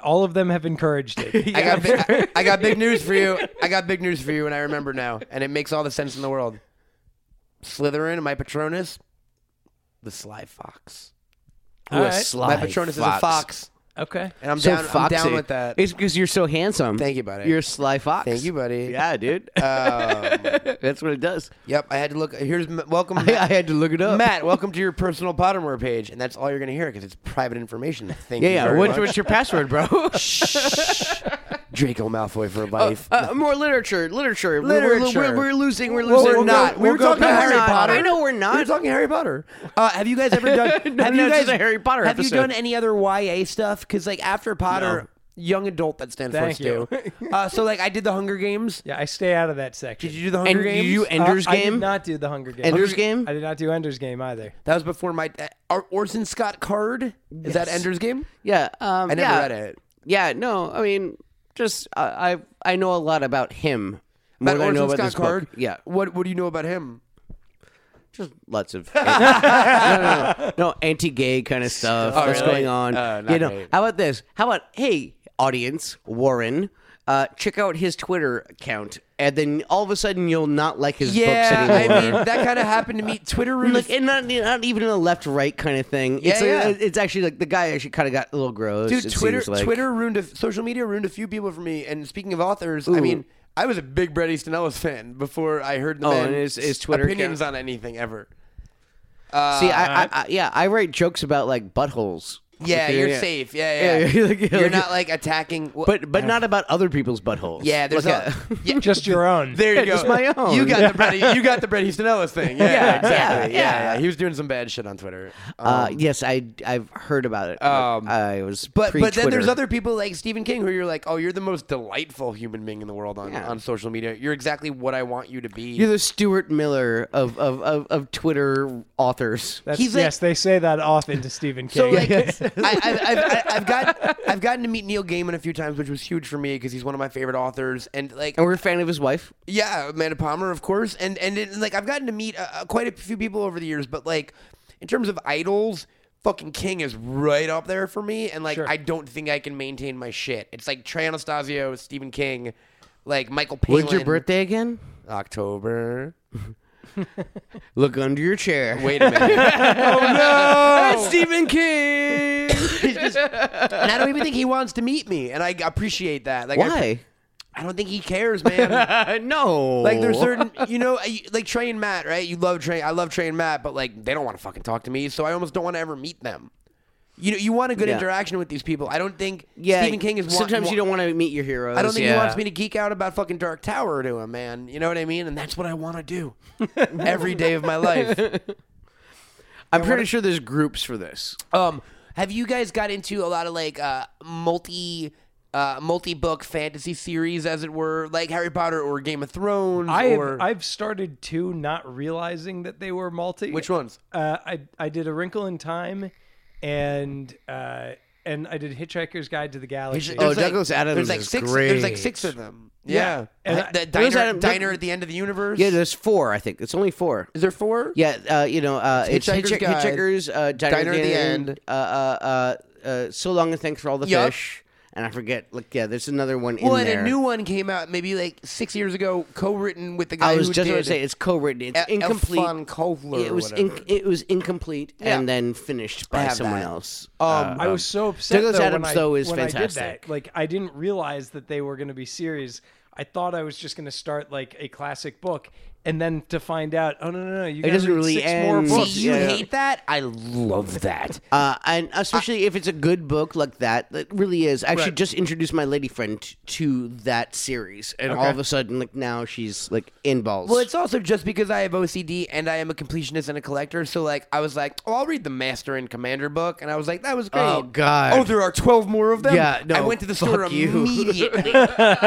all of them have encouraged it.
I got big, I, I got big news for you. I got big news for you, and I remember now, and it makes all the sense in the world. Slytherin, my Patronus, the Sly Fox.
Ooh, a
All right.
sly
my Patronus is a fox,
Okay.
and I'm
So
down.
foxy.
I'm down with that.
It's because you're so handsome.
Thank you, buddy.
You're a sly fox.
Thank you, buddy.
Yeah, dude.
Um,
That's what it does.
yep, I had to look. Here's m- welcome,
I,
Matt.
had to look it up.
Matt, welcome to your personal Pottermore page, and that's all you're gonna hear because it's private information. Thank
Yeah,
you.
yeah.
very
What,
much.
what's your password, bro?
Draco Malfoy for life.
Uh, more literature, literature, We're-
Literature.
We're, we're, we're losing. We're
Well,
losing.
we're
We'll go-
not.
we'll
we're
go
talking
back.
Harry
We're not.
Potter.
I know we're
We're
not.
talking Harry Potter. Uh, have you guys ever done? have
no,
you
it's
guys
a Harry Potter
Have
episode.
you done any other YA stuff? Because like after Potter, young adult that stands
Thank
for Stu. uh, so like I did the Hunger Games.
Yeah, I stay out of that section.
Did you do the Hunger
And
Games?
you-
Uh,
Ender's
I
Game?
did not do the Hunger Game.
Ender's Game?
I did not do Ender's Game either.
that was before my uh, Or- Orson Scott Card. Is that Ender's Game?
Yeah. Um,
I never
yeah.
read it.
Yeah. No. I mean, just uh, I I, I know a lot about him.
That
More than I
Orson
know about
Scott
this book.
Card.
Yeah.
What What do you know about him?
Just lots of no, no, no, no anti-gay kind of stuff that's
really?
going on.
Uh, not
you know.
great.
How about this? How about hey audience Warren. Uh, check out his Twitter account, and then all of a sudden you'll not like his
Yeah,
books anymore.
I mean that kind of happened to me. Twitter room.
Like, and not, not even a left right kind of thing. it's,
Yeah,
like-
yeah.
it's actually like the guy actually kind of got a little gross.
Dude,
it
Twitter,
seems like.
Twitter ruined a, social media ruined a few people for me. And speaking of authors, I mean, I was a big Bret Easton Ellis fan before I heard the
Oh,
man
and his- his Twitter
opinions
account.
on anything ever. Uh,
See, I, I, I, yeah, I write jokes about like buttholes.
Yeah,
Okay,
you're safe. Yeah, yeah.
Yeah, you're like-
you're
like-
not like attacking. wh-
but but not about other people's buttholes.
yeah, there's
Look
a,
at-
yeah,
Just your own.
there you
Yeah,
go.
just my own.
You got the Bret. You got the Bret Easton Ellis thing. Yeah,
Yeah,
exactly.
yeah,
Yeah,
yeah.
yeah. He was doing some bad shit on Twitter.
uh, yes, I I've heard about it.
Um,
I was
But but then
pre-Twitter.
there's other people like Stephen King who you're like, oh, you're the most delightful human being in the world on,
Yeah.
on social media. You're exactly what I want you to be.
You're the Stuart Miller of of of, of Twitter authors.
That's,
he's like-
yes, they say that often to Stephen King.
So like, I, I've, I've, I've got I've gotten to meet Neil Gaiman a few times, which was huge for me because he's one of my favorite authors, and like
and we're a fan of his wife.
yeah, Amanda Palmer, of course, and and it, like I've gotten to meet uh, uh, quite a few people over the years, but like in terms of idols. Fucking King is right up there for me, and like I don't think I can maintain my shit. It's like Trey Anastasio, Stephen King, like Michael Palin.
When's your birthday again?
October.
Look under your chair.
Wait a minute.
That's Stephen King.
and I don't even think he wants to meet me, and I appreciate that. Like I-
Why?
I don't think he cares, man.
no.
Like there's certain, you know, I- like Trey and Matt, right? You love Trey, I love Trey and Matt, but like they don't want to fucking talk to me, so I almost don't want to ever meet them. You know, you want a good
Yeah.
interaction with these people. I don't think
yeah.
Stephen King is. wa-
sometimes
wa-
you don't want to meet your heroes.
I don't think
yeah.
he wants me to geek out about fucking Dark Tower to him, man. You know what I mean? And that's what I want to do every day of my life.
I'm pretty sure there's groups for this.
Um, Have you guys got into a lot of like uh, multi uh, multi book fantasy series, as it were, like Harry Potter or Game of Thrones?
I have,
or
I've started to not realizing that they were multi.
which ones?
Uh, I I did A Wrinkle in Time, and uh, and I did Hitchhiker's Guide to the Galaxy.
Oh,
There's, like-
Douglas Adams
There's like
is
six.
great.
There's like six of them. Yeah,
And
Uh,
I-
the
Douglas
diner,
Adams-
diner at the end of the universe.
Yeah, there's four. I think it's only four.
is there four?
Yeah, uh, you know, uh, it's
Hitchhiker's
Hitchhiker's,
Guide,
Hitchhiker's uh, Diner, at the End.
End.
Uh, uh, uh, uh, so long and thanks for all the
Yup.
fish. And I forget. Like, yeah, there's another one
Well,
in
and
there.
a new one came out maybe like six years ago, co-written with the guy
I was
who
just
did
going to say it's co-written. It's
E-
incomplete.
Eflon Kohler
it
or
was in,
whatever.
it was incomplete
Yeah.
and then finished by
have
someone
that.
else.
Um,
I was so upset.
Douglas
though,
Adams,
when I,
though, is
when I did
fantastic.
that. Like I didn't realize that they were going to be series. I thought I was just going to start like a classic book, and then to find out, oh no no no, you gotta
doesn't
read
really
six
end.
more
See,
books.
See, you
Yeah.
hate that? I love that.
Uh, and especially if it's a good book like that, that really is. I actually
Right.
just introduced my lady friend t- to that series, and all of a sudden, like now she's like in balls.
Well, it's also just because I have OCD and I am a completionist and a collector. So, like, I was like, oh, I'll read the Master and Commander book. And I was like, that was great.
Oh, God.
Oh, there are 12 more of them?
Yeah, no,
I went to the
fuck
store
you.
immediately.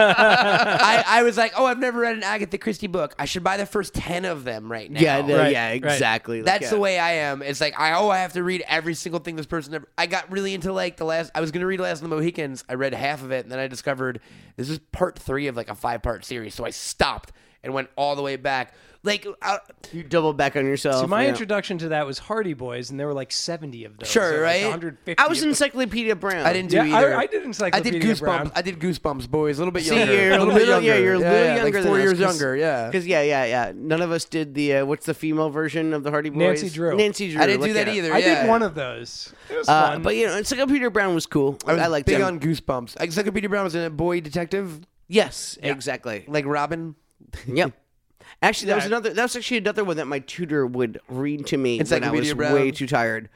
I, I was like, oh, I've never read an Agatha Christie book. I should buy the first 10 of them right now.
yeah, no,
Right,
yeah,
right.
exactly. Like,
That's
yeah.
the way I am. It's like I oh I have to read every single thing this person ever. I got really into like the last. I was gonna read Last of the Mohicans. I read half of it and then I discovered this is part three of like a five part series. So I stopped and went all the way back. Like uh,
you double back on yourself.
So my
yeah.
introduction to that was Hardy Boys, and there were like seventy of those.
Sure,
or, like,
right?
150
I was
of them.
Encyclopedia Brown.
I didn't do
Yeah, I-
either.
I did
I
Encyclopedia
did Goosebumps.
Brown.
I did Goosebumps, boys. A little bit
See,
younger.
you're a
little,
little-
bit
yeah,
younger.
you're a little younger
Like
than
four
us,
years
'cause-
younger. Yeah.
Because yeah, yeah, yeah. None of us did the uh, what's the female version of the Hardy Boys?
Nancy Drew.
Nancy Drew.
I didn't
look
do that
at it.
either.
I
yeah.
did one of those. It was
Uh,
fun.
but you know, Encyclopedia Brown was cool. I,
I, was
liked
big
him.
on Goosebumps. Encyclopedia Brown was in a boy detective,
yes, exactly.
like Robin.
Yep. Actually, that was another. That was actually another one that my tutor would read to me when I was
Encyclopedia Brown.
way too tired.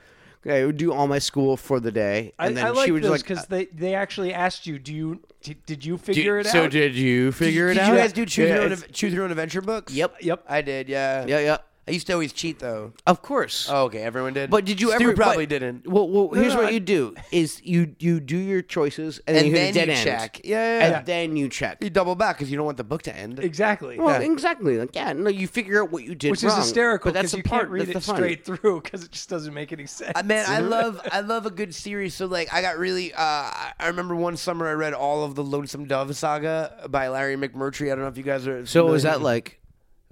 I would do all my school for the day,
I,
and then
I like
she would
those
just like. uh,
because they, they actually asked you, do you d- did you figure it out?
did you figure
Did you guys do choose, your own, Ad- choose your own adventure books?
Yep.
Yep.
I did. Yeah.
Yeah, yeah.
I used to always cheat though.
Of course.
Oh, okay, everyone did.
But did you
Stu
ever?
Probably
but-
didn't.
Well, well here's
no,
what
I-
you do: is you you do your choices and,
And
you hit
then
a dead
you
end,
check. Yeah, yeah,
and
yeah.
then you check.
You double back because you don't want the book to end.
exactly.
Well, exactly. Like, yeah, no, you figure out what you did
Which
wrong.
is hysterical
But that's
because
the
you
part.
can't read
that's
it
the fun.
straight through because it just doesn't make any sense.
Uh, Man, I love I love a good series. So like, I got really. Uh, I I remember one summer I read all of the Lonesome Dove saga by Larry McMurtry. I don't know if you guys are.
So
familiar
was that
with-
like?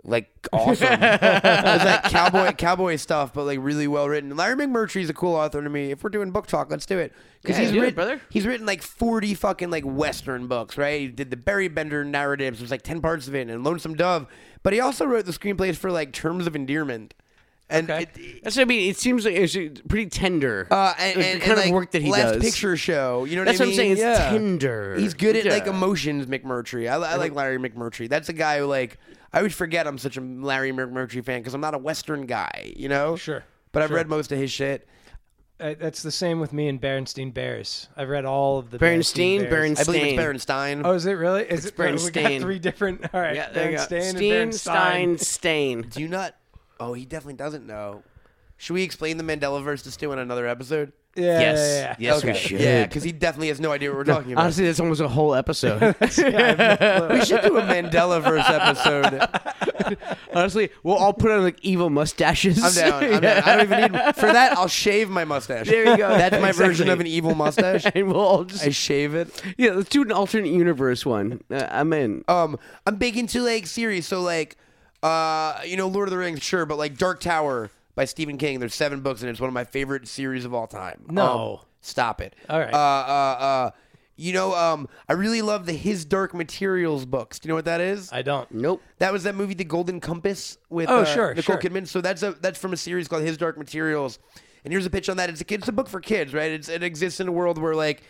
like awesome. it was like cowboy cowboy stuff, but like really well written. Larry McMurtry is a cool author to me. If we're doing book talk, let's do it because
Yeah,
he's
do it,
written
brother.
he's written like forty fucking like western books, right? He did the Barry Bender narratives. There's like ten parts of it, and Lonesome Dove. But he also wrote the screenplays for like Terms of Endearment, and
Okay.
it,
That's what I mean. It seems like it's pretty tender.
uh, and,
It's
and-
the kind
and,
of
like,
work that he
last
does.
Picture show, you know what
That's
I
what
mean?
I'm saying. It's
Yeah.
tender.
He's good at like
Yeah.
emotions, McMurtry. I, I like Larry McMurtry. That's a guy who like I always forget I'm such a Larry McMurtry fan because I'm not a Western guy, you know.
Sure.
But I've read most of his shit.
Uh, that's the same with me and Berenstein Bears. I've read all of the
Bernstein,
Bears.
Bernstein.
I believe it's Berenstein.
Oh, is it really? Is it We
Bernstein.
got three different. All right,
Yeah, there you go.
Bernstein
Steen,
and Bernstein.
Stein, Stain.
Do you not? Oh, he definitely doesn't know. Should we explain the Mandela verse to Stu in another episode?
Yeah, yeah, yeah.
Yes. Yes, we
Okay.
should.
Yeah, because he definitely has no idea what we're talking about.
Honestly, that's almost a whole episode.
we should do a Mandela verse episode.
Honestly, we'll all put on like evil mustaches.
I'm down. I'm down. I don't even need for that. I'll shave my mustache.
There you go.
That's my version
Exactly.
of an evil mustache.
and we'll all just
I shave it.
yeah. Let's do an alternate universe one. Uh, I'm in.
Um, I'm big into like series, so like, uh, you know, Lord of the Rings, sure, but like Dark Tower by Stephen King. There's seven books, and it's one of my favorite series of all time.
No.
Um, stop it.
All right.
Uh, uh, uh, you know, um, I really love the His Dark Materials books. Do you know what that is?
I don't.
Nope.
That was that movie, The Golden Compass, with
Oh,
uh,
sure,
Nicole
sure.
Kidman. So that's a that's from a series called His Dark Materials. And here's a pitch on that. It's a kid, it's a book for kids, right? It's, it exists in a world where like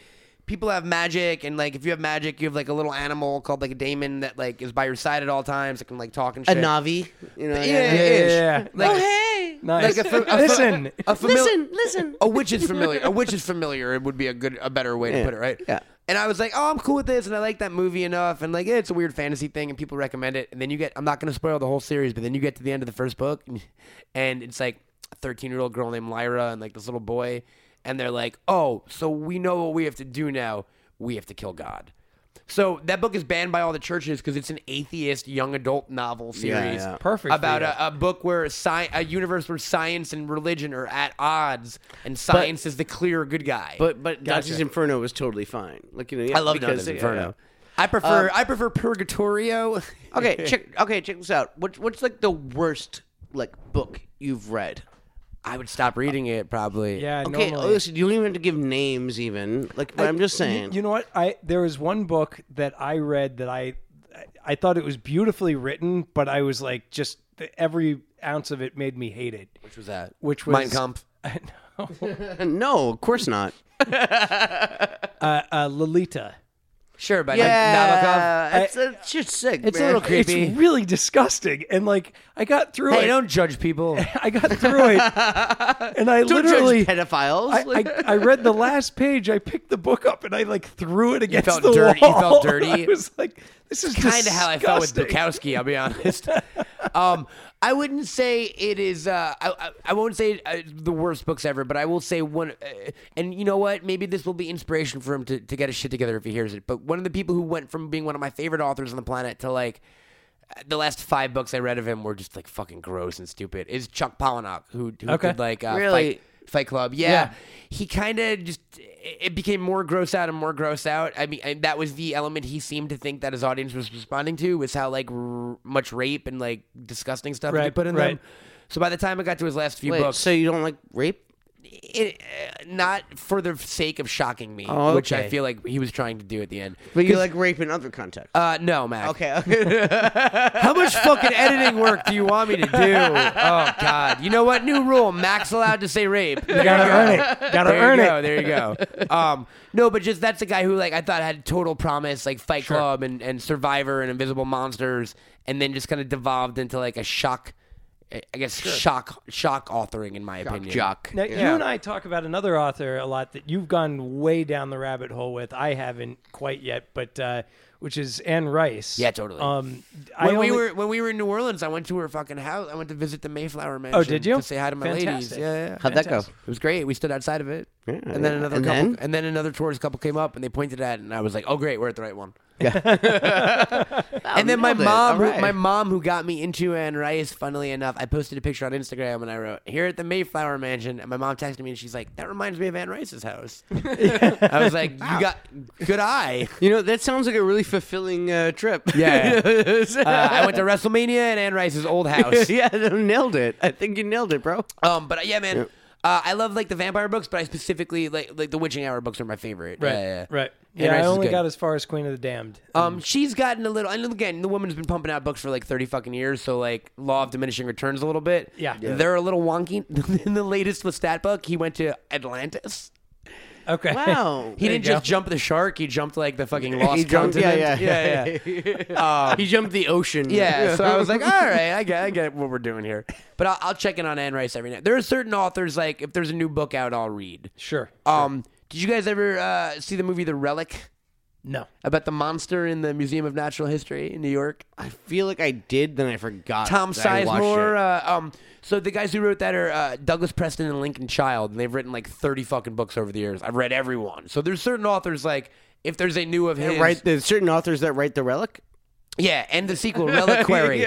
people have magic, and like if you have magic, you have like a little animal called like a daemon that like is by your side at all times, that can like talk and
A
shit.
Navi. You
yeah,
know. yeah. Oh,
yeah,
yeah,
ish.
yeah.
Like,
Hey.
Nice.
Like a fam- a fam-
Listen,
uh,
a famili-
listen.
a witch is familiar. A witch is familiar. It would be a good, a better way to
Yeah,
put it, right?
yeah.
And I was like, oh, I'm cool with this, and I like that movie enough, and like, yeah, it's a weird fantasy thing, and people recommend it. And then you get, I'm not going to spoil the whole series, but then you get to the end of the first book, and, and it's like a 13 year old girl named Lyra and like this little boy, and they're like, "Oh, so we know what we have to do now. We have to kill God." So that book is banned by all the churches because it's an atheist young adult novel series.
yeah.
Perfect for
About
you.
a, a book where sci- a universe where science and religion are at odds, and science is the clear good guy.
But but Dante's Inferno was totally fine. Like you know, yeah,
I love
because-
Dante's
yeah,
Inferno.
yeah.
I prefer I prefer Purgatorio.
okay, check. Okay, check this out. What, what's like the worst like book you've read?
I would stop reading it probably.
Yeah.
Okay, oh,
normally.
listen, you don't even have to give names, even. Like, but I, am just saying.
You, you know what? I there was one book that I read that I I thought it was beautifully written, but I was like just every ounce of it made me hate it. Uh,
Which was that?
Which was
Mein Kampf.
no, of course not.
uh, uh, Lolita.
Sure, but
Yeah, it's, it's just sick.
It's a
man.
little creepy.
It's really disgusting, and like I got through
Hey,
it.
don't judge people.
I got through it, and I
Don't
literally.
judge pedophiles.
I,
Like,
I, I read the last page. I picked the book up and I like threw it against
felt
the
dirty- you
wall.
felt dirty?
I was like, "This is
kind of how I felt with
disgusting.
Bukowski. I'll be honest. um, I wouldn't say it is. Uh, I, I I won't say uh, the worst books ever, but I will say one. Uh, and you know what? Maybe this will be inspiration for him to to get his shit together if he hears it. But one of the people who went from being one of my favorite authors on the planet to like. The last five books I read of him were just like fucking gross and stupid. Is Chuck Palahniuk who who
Okay.
did like uh,
Really?
Fight- Fight Club. Yeah. He kind of just, it became more gross out and more gross out. I mean, and that was the element he seemed to think that his audience was responding to was how like r- much rape and like disgusting stuff he
Right,
could put in them.
right.
So by the time I got to his last few
wait,
books,
so you don't like rape?
it, uh, not for the sake of shocking me,
Oh,
which I
okay.
feel like he was trying to do at the end.
But you like rape in other contexts.
Uh, no, Mac.
okay, okay.
How much fucking editing work do you want me to do? Oh God! You know what? New rule: Mac's allowed to say rape.
You gotta earn it. Gotta
there
earn
you
it.
go. There you go. Um, no, but just that's a guy who like I thought had total promise, like Fight Club and, and Survivor and Invisible Monsters, and then just kind of devolved into like a shock, I guess shock shock authoring in my opinion.
Jock.
Now, you and I talk about another author a lot that you've gone way down the rabbit hole with. I haven't quite yet, but uh, which is Anne Rice.
Yeah, totally.
Um, I
When
only-
we were when we were in New Orleans, I went to her fucking house. I went to visit the Mayflower Mansion.
Oh, did you?
To say hi to my ladies.
Fantastic.
Yeah, yeah.
How'd that go?
It was great. We stood outside of it, and then
yeah.
another
And
couple,
then?
and then another tourist couple came up and they pointed at, it, and I was like, "Oh, great, we're at the right one." and then my
nailed it.
mom,
All
who-
right.
my mom, who got me into Anne Rice, funnily enough, I posted a picture on Instagram and I wrote, "Here at the Mayflower Mansion," and my mom texted me and she's like, "That reminds me of Anne Rice's house." I was like, "You got good eye."
You know, that sounds like a really fulfilling uh, trip.
Yeah. Uh, I went to WrestleMania and Anne Rice's old house.
yeah, nailed it. I think you nailed it, bro.
Um, but uh, yeah, man, uh, I love like the vampire books, but I specifically like like the Witching Hour books are my favorite.
right,
Yeah, yeah.
right.
Anne
Yeah,
Rice
I
is
only
good.
got as far as Queen of the Damned.
Um, she's gotten a little, and again, the woman's been pumping out books for like thirty fucking years, so like law of diminishing returns a little bit.
Yeah. Yeah.
they're a little wonky. In the latest Lestat book, he went to Atlantis.
okay.
Wow.
He
There you
didn't just
go.
jump the shark; he jumped like the fucking lost
jumped- yeah,
continent.
yeah.
yeah. yeah. Uh,
he jumped the ocean.
Yeah, so I was like, "Ah." all right, I get, I get what we're doing here. But I'll, I'll check in on Anne Rice every night. There are certain authors like if there's a new book out, I'll read.
Sure.
Um, did you guys ever uh, see the movie The Relic
No.
about the monster in the Museum of Natural History in New York?
I feel like I did, then I forgot.
Tom
that I watched
Sizemore.
it.
Uh, um, so the guys who wrote that are uh, Douglas Preston and Lincoln Child, and they've written like thirty fucking books over the years. I've read every one. So there's certain authors like if there's a new of his,
Right, there's certain authors that write the relic.
yeah, and the sequel Reliquary.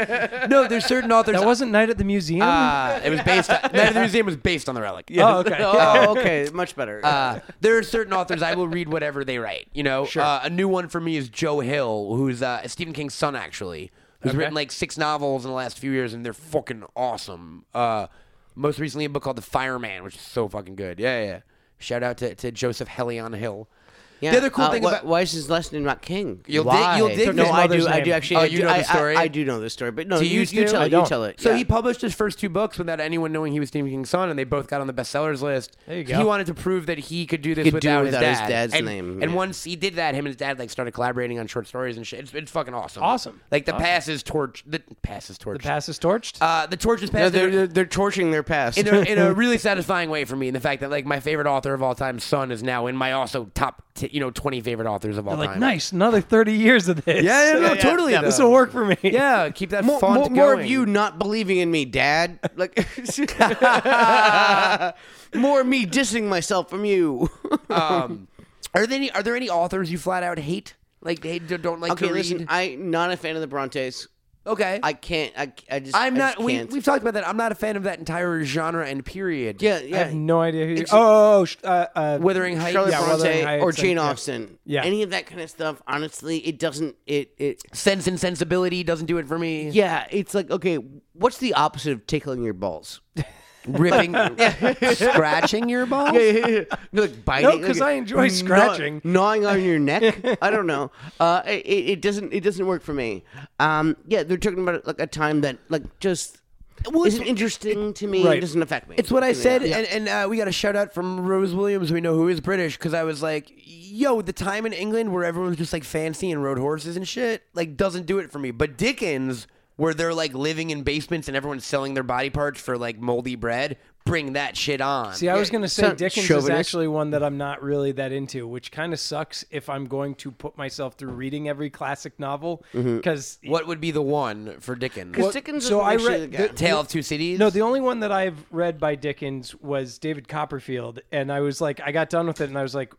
No, there's certain authors.
That wasn't Night at the Museum.
Uh, it was based. On, Night of the Museum was based on the relic.
Oh, okay.
oh, okay, much better.
Uh, there are certain authors I will read whatever they write. You know, uh, a new one for me is Joe Hill, who's uh, Stephen King's son, actually, who's written like six novels in the last few years, and they're fucking awesome. Uh, most recently, a book called The Fireman, which is so fucking good. Yeah, yeah. Shout out to, to Joseph Helion Hill.
yeah.
The other cool
Uh,
thing
wh-
about
why is his last name not King?
You'll dig-
why?
you'll dig
No,
his
I do.
mother's
I do
name.
actually.
Oh,
I
you
do-
know
I,
the
I-
story?
I, do know the story, but no,
Do Oh,
you,
you do?
tell
I
it. You
don't.
tell it.
So
yeah.
he published his first two books without anyone knowing he was Stephen King's son, and they both got on the bestsellers list.
There you go.
He wanted to prove that he could do this
Could do
without,
without
his
his
dad.
dad's
and,
name,
And
yeah.
once he did that, him and his dad like started collaborating on short stories and shit. It's, it's fucking awesome.
Awesome.
Like the pass is torch. The pass is torch.
the pass is torched.
uh, the torch is
No,
passed.
they're, they're they're torching their past.
in a, in a really satisfying way for me, and the fact that like my favorite author of all time, Son, is now in my also top t- you know twenty favorite authors of all
like
time.
nice, another thirty years of this.
Yeah, yeah, no, totally,
This
though.
will work for me.
Yeah, keep that
more,
font
more, more of
going.
you not believing in me, Dad. Like, More me dissing myself from you.
Um, are there any are there any authors you flat out hate? Like they d- don't like
okay,
to
listen,
read?
I'm not a fan of the Brontes.
okay,
I can't. I, I just.
am
I
not.
just
We,
can't.
we've talked about that. I'm not a fan of that entire genre and period.
yeah,
I have
yeah.
no idea who. You, oh, oh, sh- uh, uh,
Withering Heights.
Charlotte
Yeah, well,
Bronte
then I-
or
it's like-
Jane
yeah.
Austen.
Yeah.
Any of that kind of stuff. Honestly, it doesn't. It it.
Sense and sensibility doesn't do it for me.
Yeah, it's like okay. What's the opposite of tickling your balls?
Ripping, scratching your balls.
You're like biting.
No, 'cause
like,
I enjoy
gnaw-
scratching.
gnawing on your neck. I don't know. Uh, it, it doesn't. It doesn't work for me. Um, yeah, they're talking about like a time that like just isn't interesting to me.
right.
It doesn't affect me.
It's what I
Yeah.
said, and, and uh, we got a shout out from Rose Williams, we know who is British, because I was like, yo, the time in England where everyone's just like fancy and rode horses and shit, like doesn't do it for me. But Dickens, where they're like living in basements and everyone's selling their body parts for like moldy bread, bring that shit on.
See, I was going to say
sound
Dickens is
chauvinist.
actually one that I'm not really that into, which kind of sucks if I'm going to put myself through reading every classic novel because
what would be the one for Dickens?
Well, Dickens
so
is
I
actually
read-
the guy.
the-
Tale of Two Cities?
No, the only one that I've read by Dickens was David Copperfield, and I was like, I got done with it, and I was like,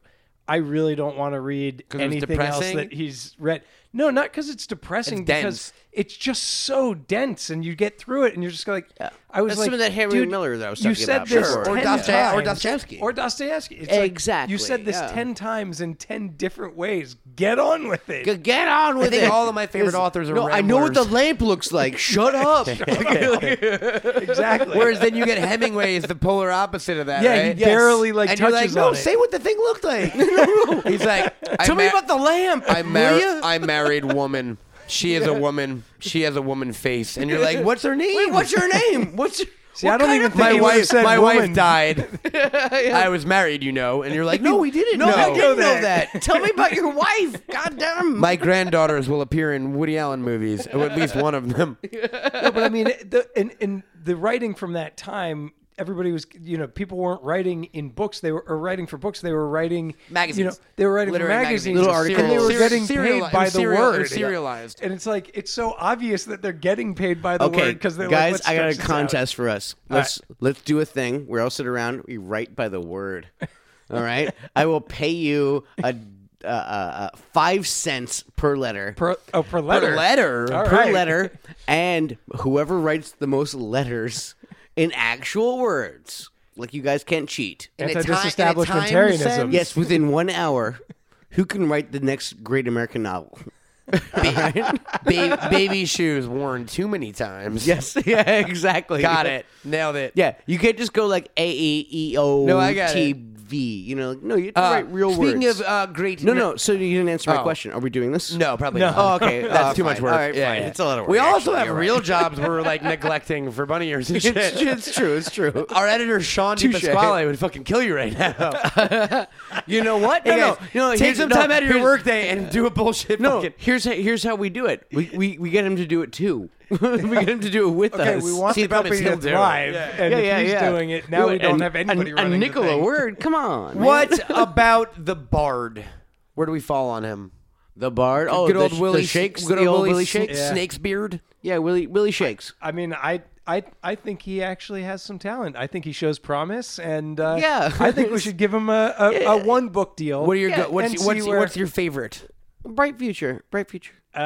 I really don't want to read
it was
anything else
depressing?
that he's read. No, not because it's depressing,
It's
because
dense.
it's just so dense, and you get through it, and you're just like, I was
That's
like,
some of that Henry
dude,
Miller that I was
You
talking
said
about
this,
before.
Or
10
Dostoev- or
times.
Dostoevsky.
or Dostoevsky. It's like,
Exactly,
you said this
yeah.
ten times in ten different ways. Get on with it.
G- Get on with
I think
it.
all of my favorite
Listen,
authors are
No, I know what the
ramblers.
lamp looks like. Shut up.
exactly.
Whereas then you get Hemingway is the polar opposite of that.
Yeah, he
right?
barely, like,
and you're like,
touches
no,
on it."
say what the thing looked like. He's like,
Tell me about the lamp.
I
will
married.
ya?
I married woman. She is a woman. She has a woman face, and you're like, what's her name?
Wait, what's your name? What's your,
See, I
what
don't
kind
even
of
think
my
he
thing?
would've
wife?
said
My
woman.
wife died. I was married, you know, and you're like, no, we didn't.
No,
know.
I didn't know
that.
that. Tell me about your wife. God damn.
My granddaughters will appear in Woody Allen movies, or at least one of them.
No, but I mean, it- the and, and the writing from that time, everybody was, you know, people weren't writing in books. They were or writing for books. They were writing You know,
Magazines.
they were writing for
Literary
magazines,
magazines. Little
and they
articles.
were
Serial-
getting
serial-
paid by the
serial-
word.
serialized.
And it's like it's so obvious that they're getting paid by the word because they're
guys,
like,
I got a
Let's stretch this out."
contest for us. Let's let's do a thing. We're all sit around. We write by the word. All right. I will pay you a uh, uh, uh, five cents per letter
Per, oh, per letter.
Letter.
All
per
right.
letter, and whoever writes the most letters in actual words, like you guys can't cheat.
In a ti- in a
Anti-disestablishmentarianism.
time sense,
Yes, within one hour, who can write the next great American novel?
ba- baby shoes worn too many times.
Yes, yeah, exactly.
Got it. Nailed it.
Yeah, you can't just go like A E E O
No, I got
T
it.
V. You know, like, no, you have to
Uh,
write real
speaking
words.
of uh, great.
no, no. So you didn't answer my
Oh.
question. Are we doing this?
No, probably
No.
not.
Oh, okay.
That's
Uh,
too much
fine.
work.
All right, fine. It's a lot of work.
We also
actually.
have
You're
real
right.
jobs we're like neglecting for bunny ears and shit.
It's, it's true. It's true.
Our editor Sean DePasquale would fucking kill you right now.
You know what?
Hey,
no,
guys,
no, no.
take
here's-
some
no,
time out of your
here's-
workday and do a bullshit.
No,
fucking-
here's how, here's how we do it. We, we we get him to do it too. we get him to do it with
Okay,
us.
we want
See,
the
the problem
company
is
to
he'll do it.
thrive,
Yeah.
and
yeah,
if
yeah,
he's
yeah.
doing it now,
Do
we don't
And-
have anybody
a,
running
a
the
nickel a
thing.
word. Come on. man.
What about the Bard? Where do we fall on him?
The Bard. Oh,
good
the,
old Willie
the Shakes.
Good
the
old Willie Sn-
Shakes.
Yeah.
Snake's beard.
Yeah, Willie Willie Shakes.
I mean, I, I, I think he actually has some talent. I think he shows promise, and uh,
Yeah.
I think we should give him a, a, a one book deal.
What are your
Yeah,
go- what's,
and see
what's,
where-
what's your favorite?
Bright future. Bright future.
Uh,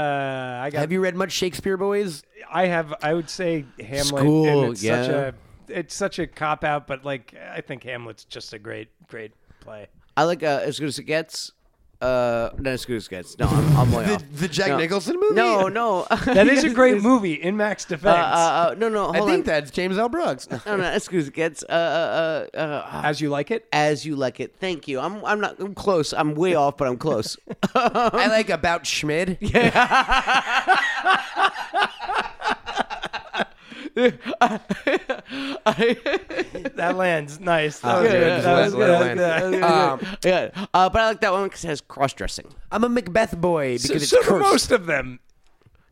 I got.
Have you read much Shakespeare, boys?
I have. I would say Hamlet. and
School,
it's Such
yeah.
a, it's such a cop out, but like I think Hamlet's just a great, great play.
I like uh, as good as it gets. Uh, not as good as it gets. No, I'm, I'm way off.
the Jack
no.
Nicholson movie?
No, no.
That is a great movie. In Max
Uh,
defense,
uh, uh, no, no. Hold
I think
on.
that's James L. Brooks.
No, no. As good as it gets. Uh, uh, uh, uh,
as you like it.
as you like it. Thank you. I'm I'm not I'm close. I'm way off, but I'm close.
I like about Schmid.
That lands nice. That
Uh,
was
yeah,
good.
yeah,
That was
yeah, yeah,
good.
yeah,
That was
Um,
yeah, uh, but I like that one because it has cross dressing.
I'm a Macbeth boy because
so
it's
for
cursed.
most of them.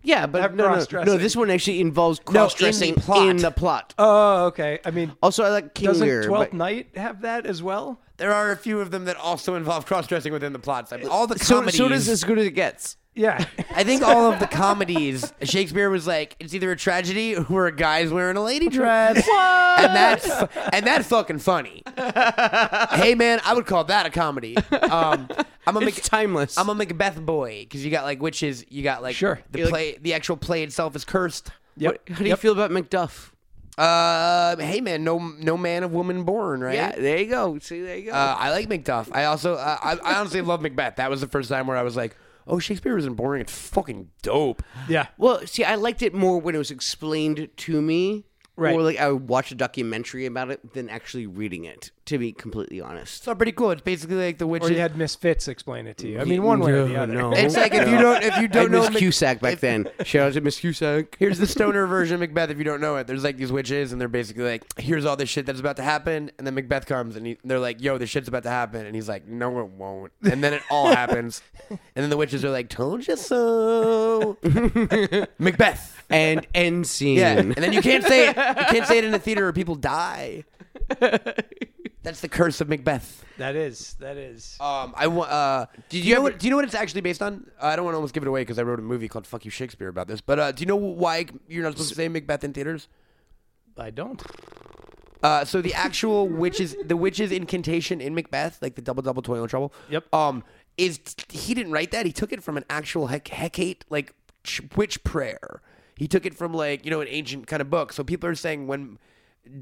Yeah, but
Have
no, no,
cross-dressing.
no, this one actually involves
in
cross dressing
the plot.
in the plot.
Oh, okay. I mean,
Also, I like King
doesn't
Lear.
Twelfth
but-
Night have that as well?
There are a few of them that also involve cross dressing within the plots. I mean, all the
so,
comedies.
so does as good as it gets.
Yeah.
I think all of the comedies, Shakespeare was like, it's either a tragedy or a guy's wearing a lady dress, and that's and that's fucking funny. hey man, I would call that a comedy. Um, I'm gonna
It's
make
timeless.
I'm a Macbeth boy because you got like witches, you got like
Sure.
the
You're like-
play, the actual play itself is cursed.
Yep.
How do you feel about Macduff?
Uh, hey man, no no man of woman born, right?
Yeah, there you go. See, there you go.
Uh, I like Macduff. I also, uh, I, I honestly love Macbeth. That was the first time where I was like, oh, Shakespeare isn't boring. It's fucking dope.
Yeah.
well, see, I liked it more when it was explained to me.
Right.
Or like I would watch a documentary about it than actually reading it, to be completely honest.
It's all pretty cool. It's basically like the witches.
Or you had misfits explain it to you. I mean, one way or the other.
it's like if you don't if you don't
And Miss
know Mac-
Cusack back then. Shout out to Miss Cusack.
here's the stoner version of Macbeth. If you don't know it, there's like these witches, and they're basically like, here's all this shit that's about to happen, and then Macbeth comes, and he, they're like, yo, this shit's about to happen, and he's like, no, it won't, and then it all happens, and then the witches are like, told you so, Macbeth.
And end scene.
Yeah, and then you can't say it. You can't say it in a theater or people die. That's the curse of Macbeth.
That is. That is.
Um, I wa- uh, do you, know what? Do you know what it's actually based on? Uh, I don't want to almost give it away because I wrote a movie called "Fuck You Shakespeare" about this. But uh, do you know why you're not supposed to say Macbeth in theaters?
I don't.
Uh, so the actual witches, the witches incantation in Macbeth, like the double double toil and trouble.
Yep.
Um, is he didn't write that? He took it from an actual hec- Hecate like ch- witch prayer. He took it from like you know an ancient kind of book. So people are saying when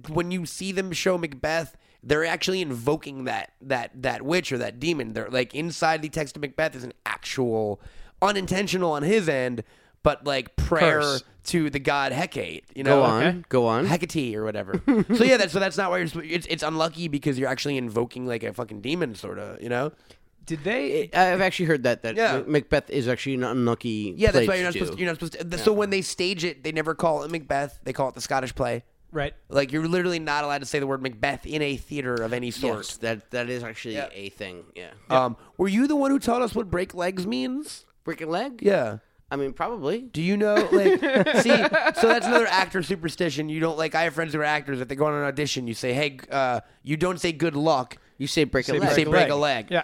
when you see them show Macbeth, they're actually invoking that that that witch or that demon. They're like inside the text of Macbeth is an actual unintentional on his end, but like prayer
Curse.
to the god Hecate. You know,
Go on. Go on.
Hecate or whatever. so yeah, that's so that's not why you're. sp- It's it's unlucky because you're actually invoking like a fucking demon, sort of. You know.
Did they?
I've actually heard that that
Yeah.
Macbeth is actually an unlucky.
Yeah,
play
that's why you're not
do.
supposed. To, you're not supposed to. So when they stage it, they never call it Macbeth. They call it the Scottish play.
Right.
Like you're literally not allowed to say the word Macbeth in a theater of any sort.
Yes, that that is actually a thing. Yeah,
Um, were you the one who taught us what break legs means?
breaking leg.
Yeah.
I mean probably.
Do you know? Like, see, so that's another actor superstition. You don't like. I have friends who are actors. If they go on an audition, you say, "Hey, uh, you don't say good luck.
You say break a
You
leg.
say break a leg."
Yeah.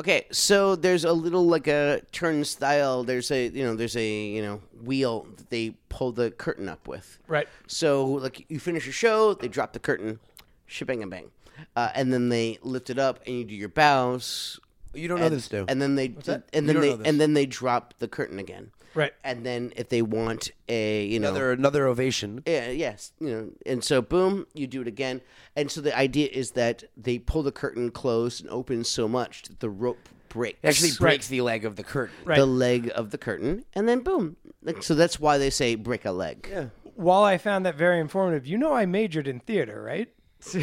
Okay, so there's a little like a turnstile. There's a you know there's a you know wheel that they pull the curtain up with.
Right.
So like you finish a show, they drop the curtain, shebang and bang, uh, and then they lift it up and you do your bows.
You don't know
and,
this, do?
and then they and then
don't
they
know this.
and then they drop the curtain again.
Right.
And then if they want a you know
another another ovation.
Yeah, yes, you know, and so boom, you do it again, and so the idea is that they pull the curtain closed and open so much that the rope breaks,
actually
Right.
breaks the leg of the curtain.
Right.
the leg of the curtain, and then boom. Like, so that's why they say break a leg. Yeah.
While I found that very informative, you know, I majored in theater, right?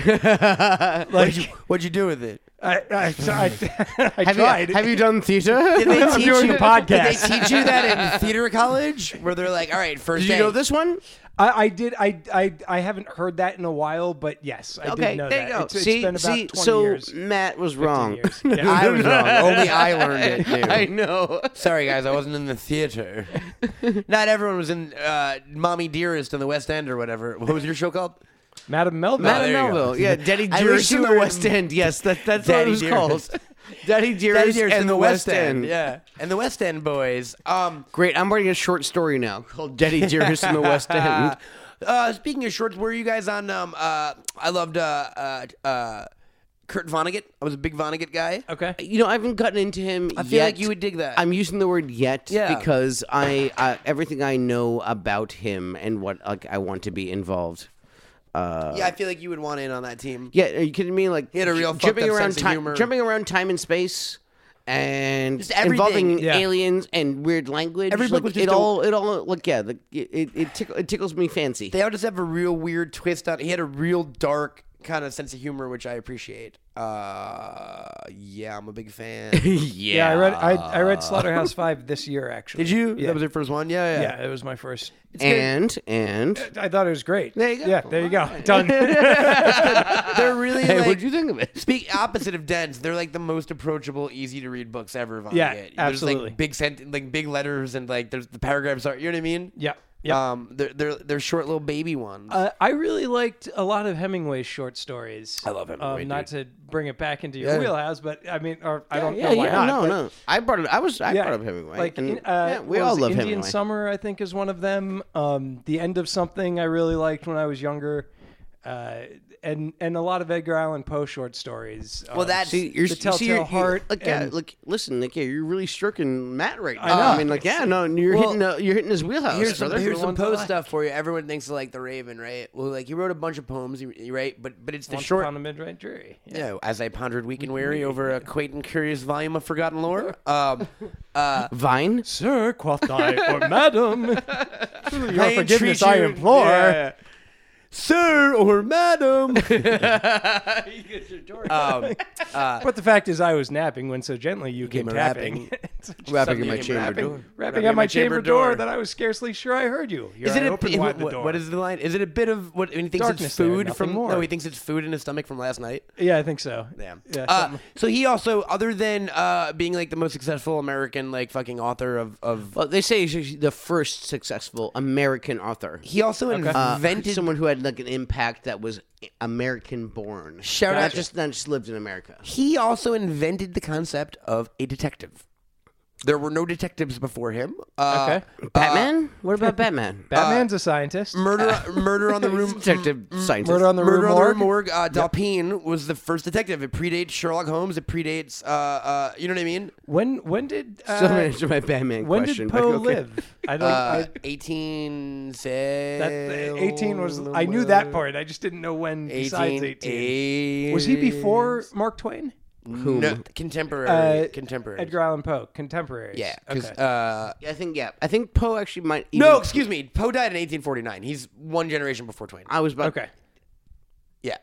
What'd you, what'd you do with it?
I I, so I, I
Have
tried.
you have you done theater?
I'm doing the
Did
podcast.
they teach you that in theater college, where they're like, "All right, first
Did you
day,
know this one?
I, I did. I, I I haven't heard that in a while, but yes, I
Okay,
did know
there
that.
you go.
It's, it's
see,
been about
see,
20
so
years.
Matt was wrong.
years. Yeah.
I was wrong. Only I learned it. Dude.
I know.
Sorry, guys, I wasn't in the theater. Not everyone was in uh, "Mommy Dearest" in the West End or whatever. What was your show called?
Madam Melville.
Madame
there you go.
Melville. Yeah, Daddy
I wish
Dearest
you
in the
were-
West End. Yes, that, that's what
Daddy
it was
Dearest.
called. Daddy Dearest, and the West End.
Yeah, and the West End boys. Um,
Great. I'm writing a short story now called Daddy Dearest in the West End.
uh, speaking of shorts, were you guys on? Um, uh, I loved uh, uh, uh, Kurt Vonnegut. I was a big Vonnegut guy.
Okay.
You know, I haven't gotten into him
I
yet.
feel like you would dig that.
I'm using the word yet
Yeah.
because I uh, everything I know about him and what like, I want to be involved. uh,
yeah, I feel like you would want in on that team.
Yeah, are you kidding me? Like
had a real
j-
fucked up
around
sense of
time,
humor.
jumping around time and space, and
Just everything.
involving
Yeah.
aliens and weird language.
Every book
like,
was just
it
a-
all, it all, like yeah, the, it it, tickle, it tickles me fancy.
They all just have a real weird twist on. He had a real dark kind of sense of humor, which I appreciate. Uh, yeah, I'm a big fan.
Yeah, I read I, I read Slaughterhouse Five this year actually.
Did you? That was your first one. Yeah, yeah.
Yeah, it was my first.
and and
I thought it was great. There
you go.
Yeah, there you go. Done.
They're really
hey,
like
what'd you think of it?
speak opposite of dense. They're like the most approachable, easy to read books ever. Vonnegut.
Yeah,
There's
absolutely.
like big sent like big letters and like there's the paragraphs are. You know what I mean?
yeah. Yep.
Uh,
Um, they're, they're, they're short little baby ones.
Uh, I really liked a lot of Hemingway's short stories. I
love Hemingway,
Um, not to bring it back into your
Yeah.
wheelhouse, but I mean, or I don't
yeah,
know why
yeah,
not.
no,
but-
no. I brought it. I was. I
Yeah,
brought up Hemingway.
Like
and,
in- uh,
yeah, we
what
all
was it?
love
Indian
Hemingway.
Summer, I think, is one of them. Um, the End of Something, I really liked when I was younger, uh, and and a lot of Edgar Allan Poe short stories. um, Well,
that's-
See, you're,
The
you see,
Telltale
you're,
Heart
You, like, yeah,
and-
like, listen, like, yeah, you're really stroking Matt right now.
know.
I mean, like, yeah, no, and you're hitting, uh, you're hitting his wheelhouse,
Here's some,
brother.
here's some
ones I
Poe
like.
stuff for you. Everyone thinks of like the Raven, right? Well, like he wrote a bunch of poems, you- right? But but it's the
Once
short.
Upon a Midnight Dreary. Yeah.
No, as I pondered weak and weary over a quaint and curious volume of forgotten lore. Um, uh,
Vine.
Sir, quoth I, or madam, your
I
forgiveness
entreat
I
you-
implore.
Yeah. sir or madam. um,
But the fact is, I was napping when so gently you came,
came
tapping.
rapping.
It's just
Rapping in
something-
my chamber door.
Rapping at my chamber door, that I was scarcely sure I heard you. Here
Is it
I
a,
opened
it-
wide the
what-
door.
what is the line? Is it a bit of what and he thinks
Darkness
it's
there,
food
nothing
from?
more.
No, he thinks it's food in his stomach from last night.
Yeah, I think so.
Yeah.
something-
uh, so he also, other than uh, being like the most successful American like fucking author of, of
Well, they say he's actually the first successful American author.
he also
Uh,
invented
someone who had like an impact that was American born.
Shout
not
out-
just not just lived in America.
he also invented the concept of a detective. There were no detectives before him. Uh,
Okay.
Batman? what about Batman?
Batman's a scientist.
Murder, murder on the room.
Detective scientist.
Murder on the
Murder
Rue
on the Rue Morgue.
Morgue.
Uh, Dalpine was the first detective. It predates Sherlock Holmes. It predates, uh, uh, you know what I mean?
When when did uh,
Still answer my Batman
when
question.
did
but
Poe
okay.
live? I don't.
Uh,
I,
18
that, eighteen was. I knew that part. I just didn't know when. Besides eighteen, was he before Mark Twain?
No, contemporary.
Uh,
contemporary.
Edgar Allan Poe, contemporary.
Yeah. 'cause,
Okay.
uh,
Yeah, I think yeah. I think Poe actually might. Even,
no, excuse me. Poe died in 1849. He's one generation before Twain.
I was about.
okay.
Yeah.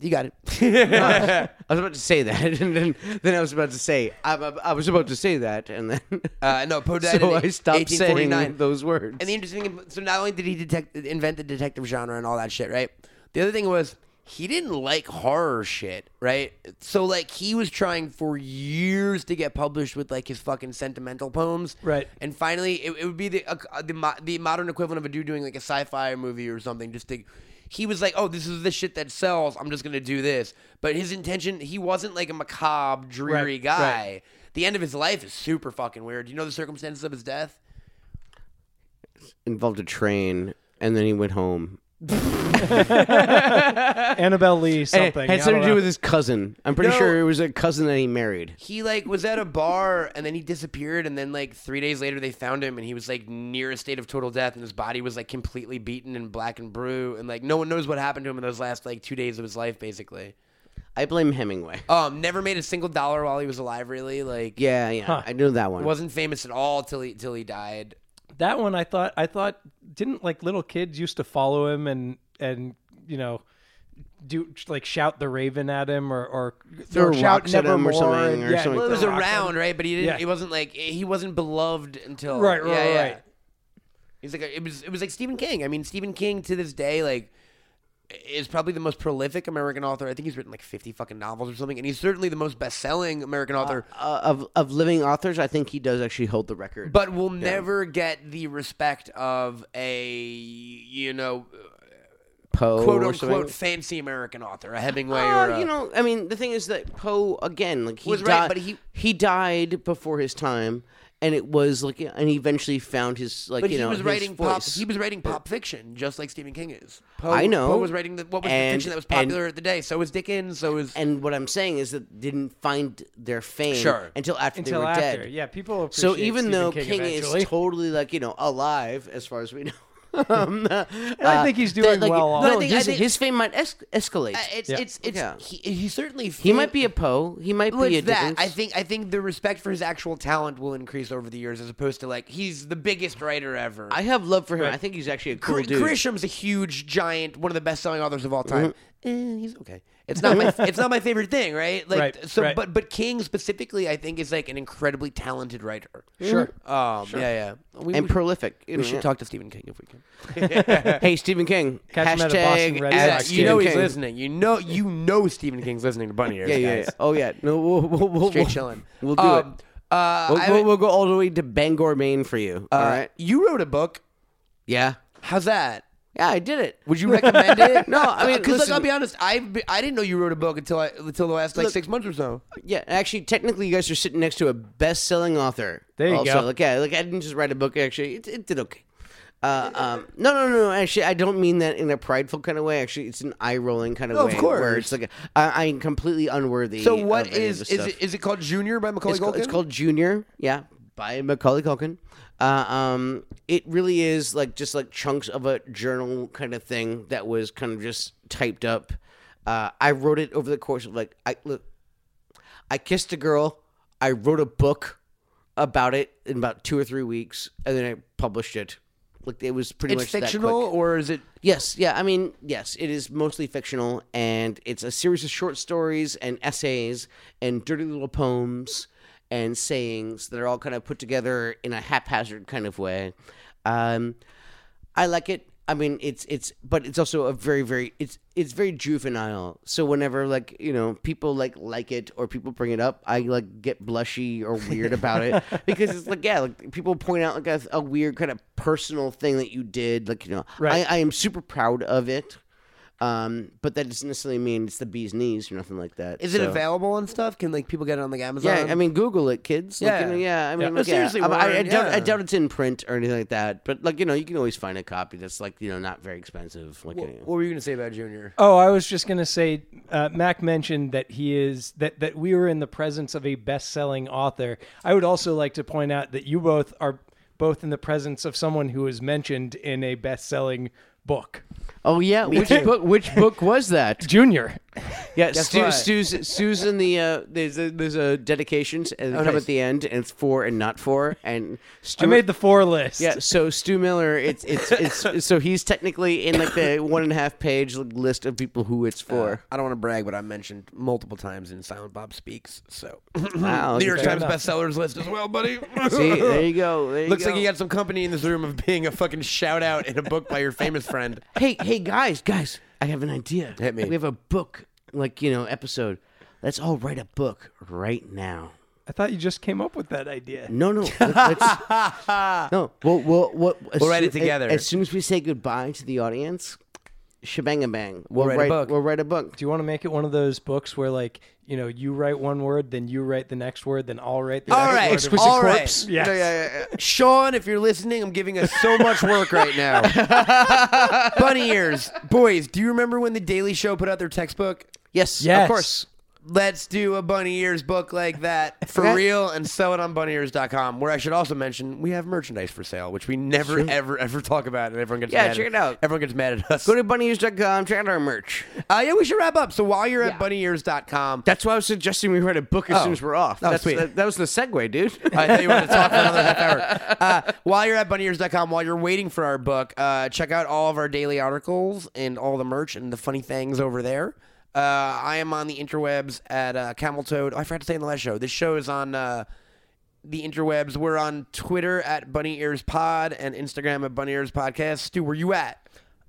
You got it.
I was about to say that, and then then I was about to say I, I, I was about to say that, and then
uh, no, Poe died
so
in
I stopped saying
1849.
those words.
And the interesting thing, so not only did he detect, invent the detective genre and all that shit, right? The other thing was he didn't like horror shit, right? So like he was trying for years to get published with like his fucking sentimental poems,
Right.
And finally, it, it would be the uh, the mo- the modern equivalent of a dude doing like a sci-fi movie or something, just to. He was like, "Oh, this is the shit that sells. I'm just gonna do this." But his intention, he wasn't like a macabre, dreary
Right,
guy.
right.
The end of his life is super fucking weird. You know the circumstances of his death.
Involved a train, and then he went home.
Annabelle Lee
It
something. I
Eh, had something
don't
to do
know.
with his cousin. I'm pretty
No.
sure it was a cousin that he married.
he like was at a bar and then he disappeared and then like three days later they found him and he was like near a state of total death and his body was like completely beaten and black and brew and like no one knows what happened to him in those last like two days of his life basically
I blame Hemingway.
um never made a single dollar while he was alive really like
Yeah, yeah, I knew that one.
wasn't famous at all till he till he died
that one. I thought. I thought. Didn't like little kids used to follow him and and you know. Do like shout the raven at him or or,
Throw
or shout
rocks at him or
nevermore
something,
and-
or
yeah,
something
well, it
like
was
throw rocks at him.
around right but he didn't
Yeah.
he wasn't like he wasn't beloved until
Right, right,
yeah,
right,
yeah.
right.
He's like it was it was like Stephen King. I mean Stephen King to this day like is probably the most prolific American author. I think he's written like 50 fucking novels or something and he's certainly the most best-selling American author
Uh, of of living authors, I think he does actually hold the record.
but will never get the respect of a you know
Poe,
quote
or
unquote
something.
fancy American author, a Hemingway
Uh,
or a,
you know, I mean, the thing is that Poe again, like he
Was
died,
right, but he-
died before his time, and it was like, and he eventually found his like,
but
you
he
know,
was
his
writing pop.
voice.
He was writing pop fiction, just like Stephen King is. Poe,
I know.
Poe was writing the, what was
And-
the fiction that was
and-
popular at the day. So was Dickens. So was
and what I'm saying is that they didn't find their fame
Sure.
until after
until
they were
after.
dead.
Yeah, people.
So
appreciate
even
Stephen
though
King,
King
eventually.
is totally like you know alive as far as we know. um, uh,
I think he's
that,
doing
like,
well
No,
off.
I think,
I
his,
think-
his fame might es- escalate.
Uh, it's
Yeah.
it's it's
Yeah.
he, he certainly
he might be a Poe. He might be a
with that.
Dickens.
I think I think the respect for his actual talent will increase over the years, as opposed to like he's the biggest writer ever.
I have love for him. I think he's actually a cool
Gr-
dude.
Grisham's a huge giant, one of the best selling authors of all
Mm-hmm.
time. Eh, he's okay. It's not my it's not my favorite thing, right? Like
Right,
so,
right.
but but King specifically, I think is like an incredibly talented writer.
Sure.
Um, Yeah, yeah. We,
and
we,
prolific.
we should talk to Stephen King if we can.
Hey, Stephen King.
Catch him at a Boston
hashtag
Red
at
Sox
Yeah,
Sox
you know
Stephen
he's
King.
listening. You know you know Stephen King's listening to Bunny Ears.
Yeah, yeah,
guys.
yeah. Oh yeah. No, we'll we'll, we'll,
Straight
we'll
chilling.
We'll do
Um,
it.
Uh,
We'll,
I
we'll,
would-
we'll go all the way to Bangor, Maine for you. all
uh,
right.
You wrote a book
Yeah.
How's that?
Yeah, I did it.
Would you recommend it?
No, I mean,
because like
listen-
I'll be honest, I I didn't know you wrote a book until I until the last like
Look-
six months or so.
Yeah, actually, technically, you guys are sitting next to a best-selling author.
There you
also.
go.
Like, yeah, like I didn't just write a book. Actually, it, it did okay. Uh, um, no, no, no, no. Actually, I don't mean that in a prideful kind of way. Actually, it's an eye-rolling kind of
No, of
way. Where
course.
it's like I, I'm completely unworthy.
So what
of any of
is
this
is
stuff.
it, is it called Junior by Macaulay
It's, called,
Culkin?
it's called Junior, yeah, by Macaulay Culkin. Uh, um, it really is like just like chunks of a journal kind of thing that was kind of just typed up. Uh, I wrote it over the course of like I look, I kissed a girl. I wrote a book about it in about two or three weeks, and then I published it. Like it was pretty
It's
much that quick.
fictional or is it?
Yes, yeah. I mean, yes, it is mostly fictional, and it's a series of short stories and essays and dirty little poems and sayings that are all kind of put together in a haphazard kind of way. Um, I like it. I mean, it's it's, but it's also a very very it's it's very juvenile. So whenever like you know people like like it or people bring it up, I like get blushy or weird about it because it's like yeah, like people point out like a, a weird kind of personal thing that you did. Like you know,
Right.
I, I am super proud of it. Um, but that doesn't necessarily mean it's the bee's knees or nothing like that.
Is it
So-
available and stuff? Can like people get it on like Amazon?
Yeah, I mean, Google it, kids. Like,
Um, Yeah.
you know, yeah. I mean,
No,
like, yeah.
seriously,
I, I- I
Warren,
doubt, I
yeah.
doubt it's in print or anything like that. But like, you know, you can always find a copy that's like, you know, not very expensive. Like,
Wh-
you know.
what were you gonna say about Junior?
Oh, I was just gonna say, uh, Mac mentioned that he is that that we were in the presence of a best-selling author. I would also like to point out that you both are both in the presence of someone who was mentioned in a best-selling book.
Oh yeah, which book? Which book was that?
Junior,
Yeah, Stu,
what?
Stu's, Stu's in the uh, there's a, there's a dedications and they come
Oh, nice.
at the end, and it's for and not for, and Stu.
I made the four list.
yeah, so Stu Miller, it's it's it's so he's technically in like the one and a half page like, list of people who it's for.
I don't want to brag, but I mentioned multiple times in Silent Bob Speaks. So
Wow,
New York
fair
Times bestsellers list as well, buddy.
See, there you go. There you
Looks
go.
like you got some company in this room of being a fucking shout out in a book by your famous friend.
hey, hey, guys, guys, I have an idea.
Hit me.
We have a book, like you know, episode. Let's all write a book right now.
I thought you just came up with that idea.
No, no, let- let's, no. We'll we'll, we'll, as
We'll write it
soo-
together.
As, soon as we say goodbye to the audience, shebang a bang. We'll,
write a book.
We'll write a book.
Do you want to make it one of those books where, like, you know, you write one word, then you write the next word, then I'll write the
All
next
right,
word?
exquisite All right. corpse.
Yes.
Yeah, yeah, yeah, yeah.
Sean, if you're listening, I'm giving us so much work right now. Bunny ears. Boys, do you remember when the Daily Show put out their textbook?
Yes,
Yes.
of course.
Let's do a Bunny Ears book like that for
Okay.
real and sell it on bunnyears.com. Where I should also mention, we have merchandise for sale, which we never, ever, ever talk about, and everyone gets
Yeah,
mad
check
at,
it out.
Everyone gets mad at us.
Go to bunnyyears.com, check out our merch.
uh, yeah, we should wrap up. So while you're at bunnyears.com,
That's why I was suggesting we write a book as soon as we're off.
Oh,
That's,
sweet. Uh,
That, that was the segue, dude.
I thought you wanted to talk for another half hour. Uh, while you're at bunnyears.com, while you're waiting for our book, uh, check out all of our daily articles and all the merch and the funny things over there. Uh, I am on the interwebs at uh, Camel Toad. Oh, I forgot to say in the last show. This show is on uh, the interwebs. We're on Twitter at Bunny Ears Pod and Instagram at Bunny Ears Podcast. Stu, where you at?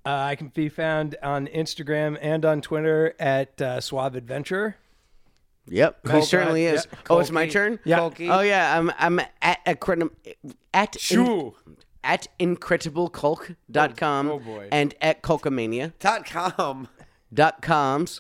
Uh, I can be found on Instagram and on Twitter at uh, Suave Adventure.
Yep, he
Colt,
certainly
uh,
is.
yeah,
Oh, it's
Colkey.
my turn.
Yeah.
Colkey.
Oh yeah, I'm I'm at a credit at in, at incredibleculk.com
Oh, oh, boy.
and at culkamania
Dot com.
dot coms.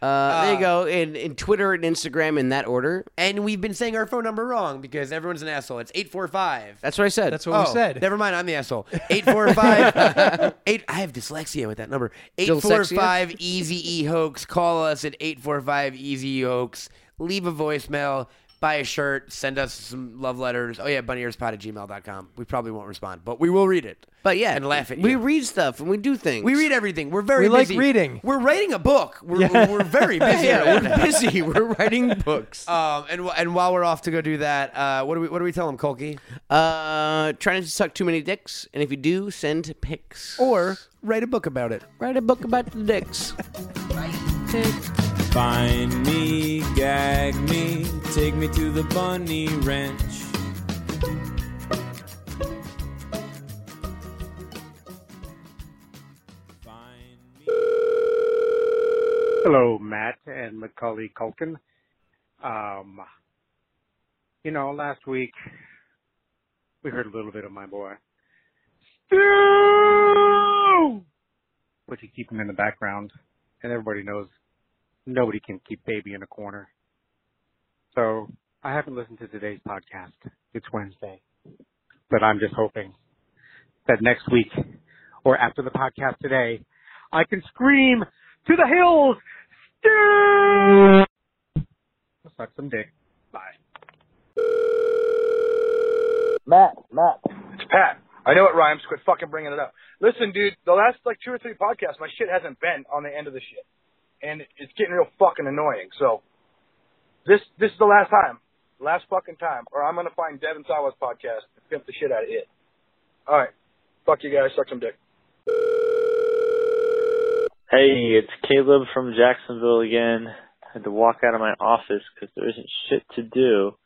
Uh, there you go. In, in Twitter and Instagram in that order.
And we've been saying our phone number wrong because everyone's an asshole. It's 845.
That's what I said.
That's what we said.
Oh, Never mind, I'm the asshole. 845 eight, I have dyslexia with that number. 845 Easy E Hoax. Call us at 845 Easy E Hoax. Leave a voicemail, buy a shirt, send us some love letters. Oh, yeah, bunnyearspot at gmail.com. We probably won't respond, but we will read it.
But yeah,
And laugh at
We
you.
read stuff and we do things.
we read everything. We're very
We like
busy.
reading.
We're writing a book. We're, we're very busy.
Yeah,
right
we're
now.
busy. We're writing books.
Um, and, wh- and while we're off to go do that, uh, what do we what do we tell them, Colkey?
Uh, try not to suck too many dicks, and if you do, send pics.
Or write a book about it.
write a book about the dicks.
Bind me, gag me, take me to the bunny ranch. Bind me.
Hello, Matt and Macaulay Culkin. Um, you know, last week we heard a little bit of my boy. Stu! but you keep him in the background, and everybody knows nobody can keep baby in a corner. So I haven't listened to today's podcast. It's Wednesday, but I'm just hoping that next week or after the podcast today, I can scream to the hills, Stu! Suck some dick. Bye.
Matt, Matt.
It's Pat. I know it rhymes. Quit fucking bringing it up. Listen, dude, the last like two or three podcasts, my shit hasn't been on the end of the shit, and it- it's getting real fucking annoying. So this this is the last time, last fucking time, or I'm gonna find Devin Sawa's podcast and pimp the shit out of it. All right, fuck you guys. Suck some dick.
Hey, it's Caleb from Jacksonville again. had to walk out of my office because there isn't shit to do.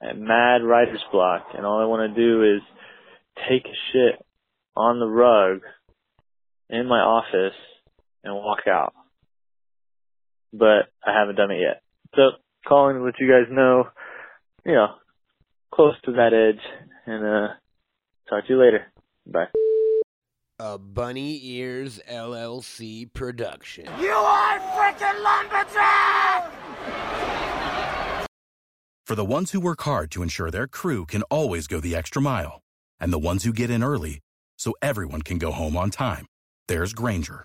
I have mad writer's block, and all I want to do is take a shit on the rug in my office and walk out. But I haven't done it yet. So, calling to let you guys know, you know, close to that edge, and uh, talk to you later. Bye.
A Bunny Ears LLC production.
For the ones who work hard to ensure their crew can always go the extra mile, and the ones who get in early so everyone can go home on time, there's Granger,